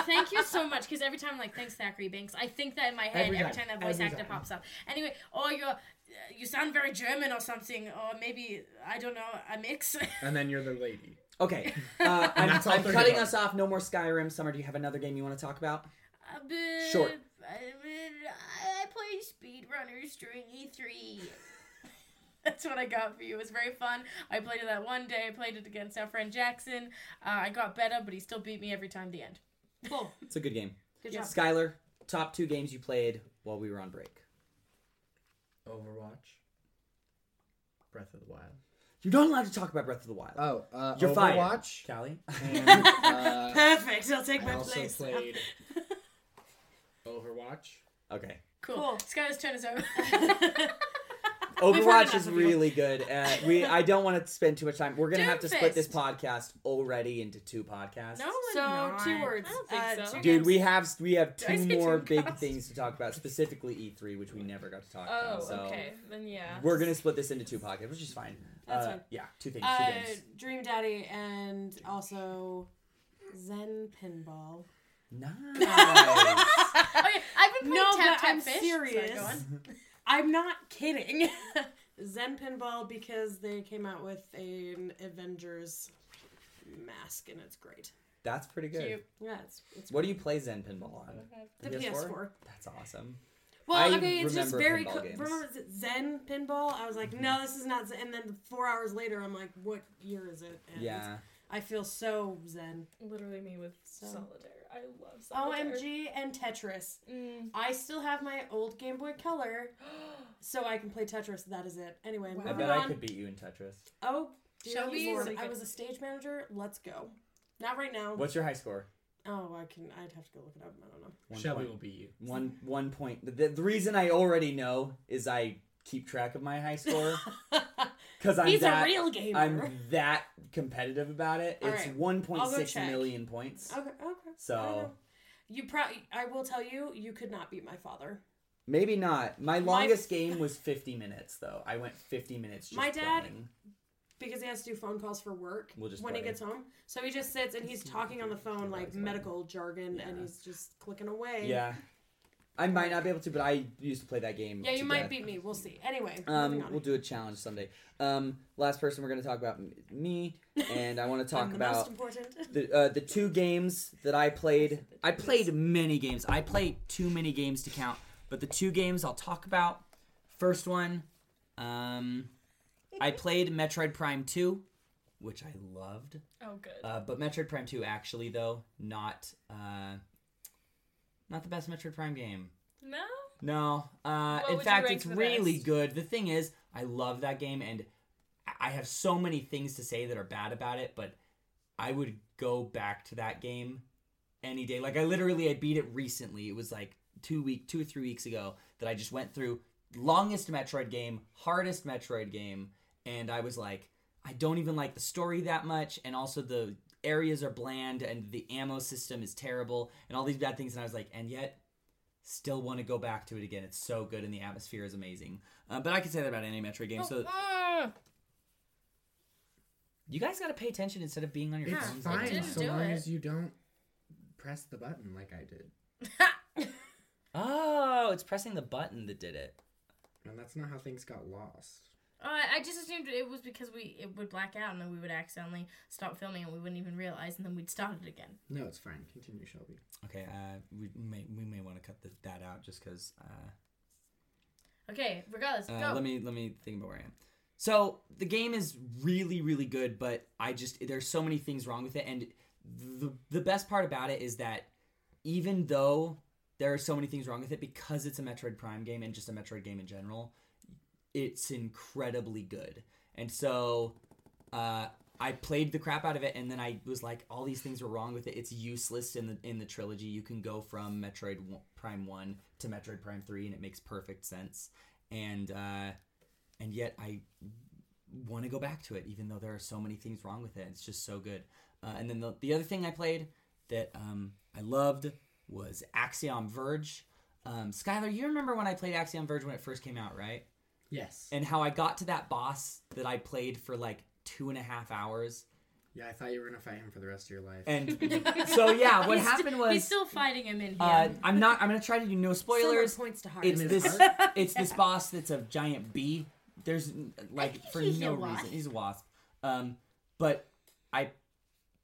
Speaker 2: Thank you so much because every time I'm like, thanks Thackeray Banks, I think that in my head
Speaker 3: Every
Speaker 2: every,
Speaker 3: time.
Speaker 2: time, that voice
Speaker 3: Every
Speaker 2: actor
Speaker 3: time.
Speaker 2: pops up. Anyway, or you're, you sound very German or something, or maybe I don't know a mix.
Speaker 3: And then you're the lady.
Speaker 1: Okay, uh, I'm,
Speaker 3: that's all
Speaker 1: I'm
Speaker 3: they're
Speaker 1: cutting
Speaker 3: about.
Speaker 1: us off. No more Skyrim. Summer, do you have another game you want to talk about?
Speaker 2: A bit-
Speaker 1: Short.
Speaker 2: I mean, I play speedrunners during E3. That's what I got for you. It was very fun. I played it that one day. I played it against our friend Jackson. Uh, I got better, but he still beat me every time. The end. Cool.
Speaker 1: It's a good game.
Speaker 2: Good
Speaker 4: Yeah.
Speaker 2: job.
Speaker 1: Skylar, top two games you played while we were on break.
Speaker 3: Overwatch. Breath of the Wild.
Speaker 1: You're not allowed to talk about Breath of the Wild.
Speaker 3: Oh, uh,
Speaker 1: You're fired.
Speaker 3: Overwatch.
Speaker 1: Callie?
Speaker 3: And, uh,
Speaker 4: Perfect. I'll take
Speaker 3: I
Speaker 4: my
Speaker 3: also
Speaker 4: place.
Speaker 3: played Overwatch.
Speaker 1: Okay.
Speaker 2: Cool.
Speaker 4: Cool.
Speaker 2: Skylar's turn is over.
Speaker 1: Overwatch is
Speaker 4: enough of you.
Speaker 1: really good. Uh, we I don't want to spend too much time. We're gonna
Speaker 2: Doom
Speaker 1: have to split this
Speaker 2: Fist.
Speaker 1: podcast already into two podcasts.
Speaker 2: no,
Speaker 4: So
Speaker 2: not.
Speaker 4: two words.
Speaker 5: I don't think
Speaker 4: uh,
Speaker 5: so.
Speaker 4: two
Speaker 1: Dude,
Speaker 4: games.
Speaker 1: we have we have
Speaker 2: Did I
Speaker 1: two
Speaker 2: say
Speaker 1: more
Speaker 2: Doom
Speaker 1: big
Speaker 2: Fest?
Speaker 1: things to talk about, specifically E3, which we never got to talk
Speaker 5: Oh,
Speaker 1: about. So
Speaker 5: okay. Then yeah.
Speaker 1: we're gonna split this into two podcasts, which is fine.
Speaker 4: That's
Speaker 1: uh,
Speaker 4: fine.
Speaker 1: Yeah, two things. Two
Speaker 4: uh,
Speaker 1: games.
Speaker 4: Dream Daddy and also Zen Pinball. Um,
Speaker 1: Nice.
Speaker 2: Okay, I've been playing
Speaker 4: No, but
Speaker 2: tap tap
Speaker 4: I'm
Speaker 2: fish.
Speaker 4: serious.
Speaker 2: Sorry, go on.
Speaker 4: I'm not kidding. Zen Pinball because they came out with an Avengers mask and it's great.
Speaker 1: That's pretty good.
Speaker 2: Cute.
Speaker 4: Yeah, it's, it's
Speaker 1: What do you play Zen Pinball on?
Speaker 4: the
Speaker 1: PS4?
Speaker 4: PS4.
Speaker 1: That's awesome.
Speaker 4: Well,
Speaker 1: I
Speaker 4: okay, it's just
Speaker 1: remember
Speaker 4: very.
Speaker 1: pinball
Speaker 4: Co-
Speaker 1: games.
Speaker 4: remember is it Zen pinball? I was like, no, this is not Zen. And then four hours later, I'm like, what year is it? And
Speaker 1: Yeah.
Speaker 4: I feel so Zen.
Speaker 5: Literally me with
Speaker 4: So-
Speaker 5: solitaire. I love
Speaker 1: Oh,
Speaker 5: solitaire.
Speaker 4: OMG and Tetris.
Speaker 5: Mm.
Speaker 4: I still have my old Game Boy Color, so I can play Tetris. That is it. Anyway,
Speaker 5: Wow.
Speaker 1: I
Speaker 4: moving
Speaker 1: bet I
Speaker 4: on.
Speaker 1: could beat you in Tetris.
Speaker 4: Oh, dear
Speaker 2: Shelby,
Speaker 4: Lord,
Speaker 5: so you
Speaker 4: I
Speaker 5: could-
Speaker 4: was a stage manager. Let's go. Not right now.
Speaker 1: What's your high score?
Speaker 4: Oh, I can. I'd have to go look it up. I don't know.
Speaker 1: One
Speaker 3: Shelby
Speaker 1: point.
Speaker 3: will beat you.
Speaker 1: One one point. The, the reason I already know is I keep track of my high score because I'm
Speaker 4: He's
Speaker 1: that
Speaker 4: a real gamer.
Speaker 1: I'm that competitive about it.
Speaker 4: All
Speaker 1: it's
Speaker 4: right.
Speaker 1: one point six
Speaker 4: check.
Speaker 1: million points.
Speaker 4: Okay. Okay. I don't
Speaker 1: So
Speaker 4: know. you probably. I will tell you, you could not beat my father.
Speaker 1: maybe not. My longest game was fifty minutes though. I went fifty minutes. Just
Speaker 4: My dad-
Speaker 1: playing.
Speaker 4: because he has to do phone calls for work
Speaker 1: We'll just
Speaker 4: when he
Speaker 1: play.
Speaker 4: gets home. So he just sits and he's talking on the phone like medical jargon and
Speaker 1: Yeah.
Speaker 4: he's just clicking away.
Speaker 1: Yeah, I might not be able to, but I used to play that game.
Speaker 4: Yeah, you
Speaker 1: to
Speaker 4: might
Speaker 1: death.
Speaker 4: beat me. We'll see. Anyway,
Speaker 1: Um,
Speaker 4: moving on.
Speaker 1: we'll do a challenge someday. Um, last person we're going to talk about m- me, and I want to
Speaker 4: I'm
Speaker 1: talk
Speaker 4: the
Speaker 1: about
Speaker 4: most important.
Speaker 1: the uh, the two games that I played. I played many games. I played too many games to count. But the two games I'll talk about. First one, um, I played Metroid Prime Two, which I loved.
Speaker 5: Oh, good.
Speaker 1: Uh, but Metroid Prime Two actually though not uh, not the best Metroid Prime game.
Speaker 5: no?
Speaker 1: No. Uh,
Speaker 5: What
Speaker 1: in
Speaker 5: would you
Speaker 1: fact,
Speaker 5: rank
Speaker 1: it's
Speaker 5: the
Speaker 1: really
Speaker 5: best?
Speaker 1: good. The thing is, I love that game, and I- I have so many things to say that are bad about it, but I would go back to that game any day. Like I literally, I beat it recently. It was like two week, two or three weeks ago that I just went through longest Metroid game, hardest Metroid game, and I was like, I don't even like the story that much, and also the areas are bland, and the ammo system is terrible, and all these bad things, and I was like, and yet still want to go back to it again. It's so good, and the atmosphere is amazing. Uh, but I can say that about any Metroid game. So you guys got to pay attention instead of being on your
Speaker 3: It's
Speaker 1: phones. all the
Speaker 3: fine
Speaker 1: time.
Speaker 2: didn't
Speaker 3: so
Speaker 2: do
Speaker 3: long
Speaker 2: it.
Speaker 3: as you don't press the button like I did.
Speaker 1: Oh, it's pressing the button that did it.
Speaker 3: And that's not how things got lost.
Speaker 2: Oh, I I just assumed it was because we it would black out and then we would accidentally stop filming and we wouldn't even realize and then we'd start it again.
Speaker 3: No, it's fine. Continue, Shelby.
Speaker 1: Okay, uh, we may we may want to cut th- that out just because. Uh,
Speaker 2: Okay, regardless,
Speaker 1: uh,
Speaker 2: go.
Speaker 1: let me let me think about where I am. So the game is really really good, but I just there's so many things wrong with it, and the the best part about it is that even though there are so many things wrong with it because it's a Metroid Prime game and just a Metroid game in general, it's incredibly good. And so uh, I played the crap out of it, and then I was like, all these things were wrong with it. It's useless in the in the trilogy. You can go from Metroid Wo- Prime One to Metroid Prime Three, and it makes perfect sense. And uh, and yet I want to go back to it, even though there are so many things wrong with it. It's just so good. Uh, and then the, the other thing I played that um, I loved was Axiom Verge. Um, Skylar, you remember when I played Axiom Verge when it first came out, right?
Speaker 3: Yes.
Speaker 1: and how I got to that boss that I played for like two and a half hours.
Speaker 3: Yeah, I thought you were gonna fight him for the rest of your life.
Speaker 1: And so yeah, what
Speaker 2: He's sti-
Speaker 1: happened was
Speaker 2: he's still fighting him in here.
Speaker 1: uh, I'm not. I'm gonna try to do no spoilers.
Speaker 4: Still no points to heart.
Speaker 1: It's
Speaker 3: In his
Speaker 1: this. It's this boss that's a giant bee. There's like for
Speaker 2: He's
Speaker 1: no
Speaker 2: a wasp.
Speaker 1: reason. He's a wasp. Um, but I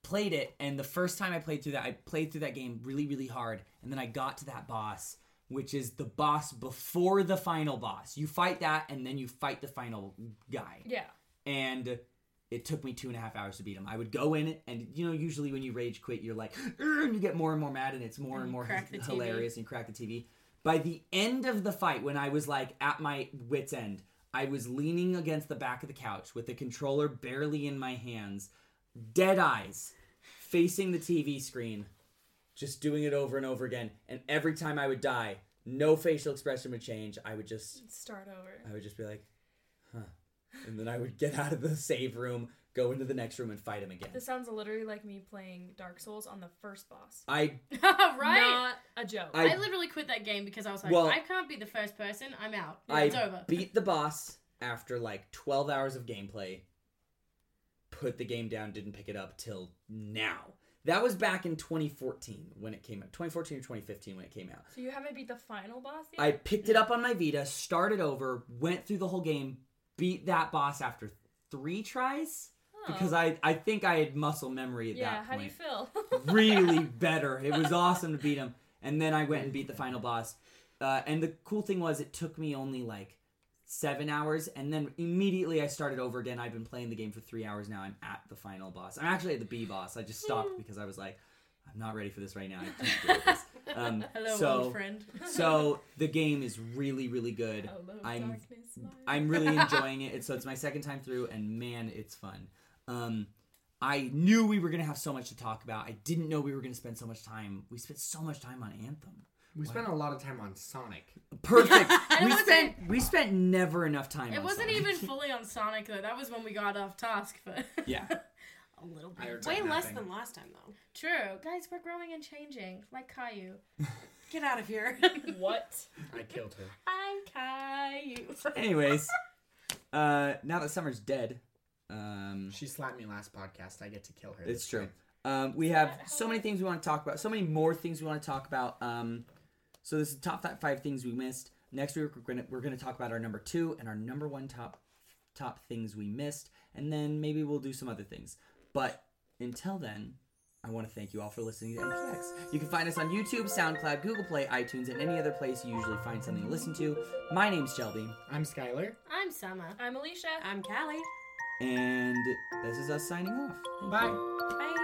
Speaker 1: played it, and the first time I played through that, I played through that game really, really hard, and then I got to that boss, which is the boss before the final boss. You fight that, and then you fight the final guy
Speaker 5: Yeah.
Speaker 1: and it took me two and a half hours to beat him. I would go in and you know usually when you rage quit you're like "Urgh," and you get more and more mad and it's more and,
Speaker 2: you
Speaker 1: more
Speaker 2: crack
Speaker 1: h-
Speaker 2: the TV.
Speaker 1: hilarious and you crack the TV. By the end of the fight, when I was like at my wits end, I was leaning against the back of the couch with the controller barely in my hands, dead eyes, facing the TV screen, just doing it over and over again. And every time I would die, no facial expression would change. I would just
Speaker 5: Start over.
Speaker 1: I would just be like, huh. And then I would get out of the save room, go into the next room, and fight him again.
Speaker 5: This sounds literally like me playing Dark Souls on the first boss.
Speaker 1: I
Speaker 2: right?
Speaker 5: Not a joke.
Speaker 1: I-
Speaker 2: I literally quit that game because I was like,
Speaker 1: Well-
Speaker 2: I can't be the first person. I'm out.
Speaker 1: I
Speaker 2: it's over.
Speaker 1: beat the boss after like 12 hours of gameplay, put the game down, didn't pick it up till now. That was back in 2014 when it came out. 2014 or 2015 when it came out.
Speaker 5: so you haven't beat the final boss yet?
Speaker 1: I picked it up on my Vita, started over, went through the whole game, beat that boss after three tries
Speaker 5: Oh.
Speaker 1: because I, I think I had muscle memory at
Speaker 5: Yeah,
Speaker 1: that point.
Speaker 5: how do you feel?
Speaker 1: really better. It was awesome to beat him. And then I went and beat the final boss. Uh, and the cool thing was, it took me only like seven hours, and then immediately I started over again. I've been playing the game for three hours now. I'm at the final boss. I'm actually at the B boss. I just stopped because I was like, I'm not ready for this right now. I can't deal with this. Um,
Speaker 2: Hello,
Speaker 1: so,
Speaker 2: old friend. Oh,
Speaker 1: so the game is really, really good.
Speaker 5: Hello,
Speaker 1: I'm-
Speaker 5: darkness, my-
Speaker 1: I'm really enjoying it. It's- So it's my second time through, and man, it's fun. Um, I knew we were gonna have so much to talk about. I didn't know we were gonna spend so much time. We spent so much time on Anthem.
Speaker 3: We spent a lot of time on Sonic.
Speaker 1: Perfect.
Speaker 2: And it
Speaker 1: we
Speaker 2: wasn't-
Speaker 1: spent we spent never enough time.
Speaker 2: it
Speaker 1: on
Speaker 2: wasn't
Speaker 1: Sonic.
Speaker 2: even fully on Sonic though. That was when we got off task, but
Speaker 1: Yeah.
Speaker 2: a little
Speaker 3: I
Speaker 2: bit.
Speaker 3: heard
Speaker 4: Way
Speaker 3: nothing.
Speaker 4: less than last time, though.
Speaker 2: True, guys, we're growing and changing like Caillou.
Speaker 4: Get out of here.
Speaker 5: what?
Speaker 3: I killed her.
Speaker 2: I'm Caillou.
Speaker 1: Anyways, uh, now that Summer's dead, um,
Speaker 3: She slapped me last podcast. I get to kill her.
Speaker 1: it's
Speaker 3: this
Speaker 1: true.
Speaker 3: time.
Speaker 1: Um, we have so many things we want to talk about. So many more things we want to talk about. Um, so this is top fi- five things we missed. Next week we're gonna we're gonna talk about our number two and our number one top top things we missed, and then maybe we'll do some other things. But until then, I want to thank you all for listening to MPX. You can find us on YouTube, SoundCloud, Google Play, iTunes, and any other place you usually find something to listen to. My name's Shelby.
Speaker 3: I'm Skylar.
Speaker 2: I'm Summer.
Speaker 5: I'm Alicia.
Speaker 4: I'm Callie.
Speaker 1: And this is us signing off. Thank
Speaker 3: Bye.
Speaker 1: you.
Speaker 5: Bye.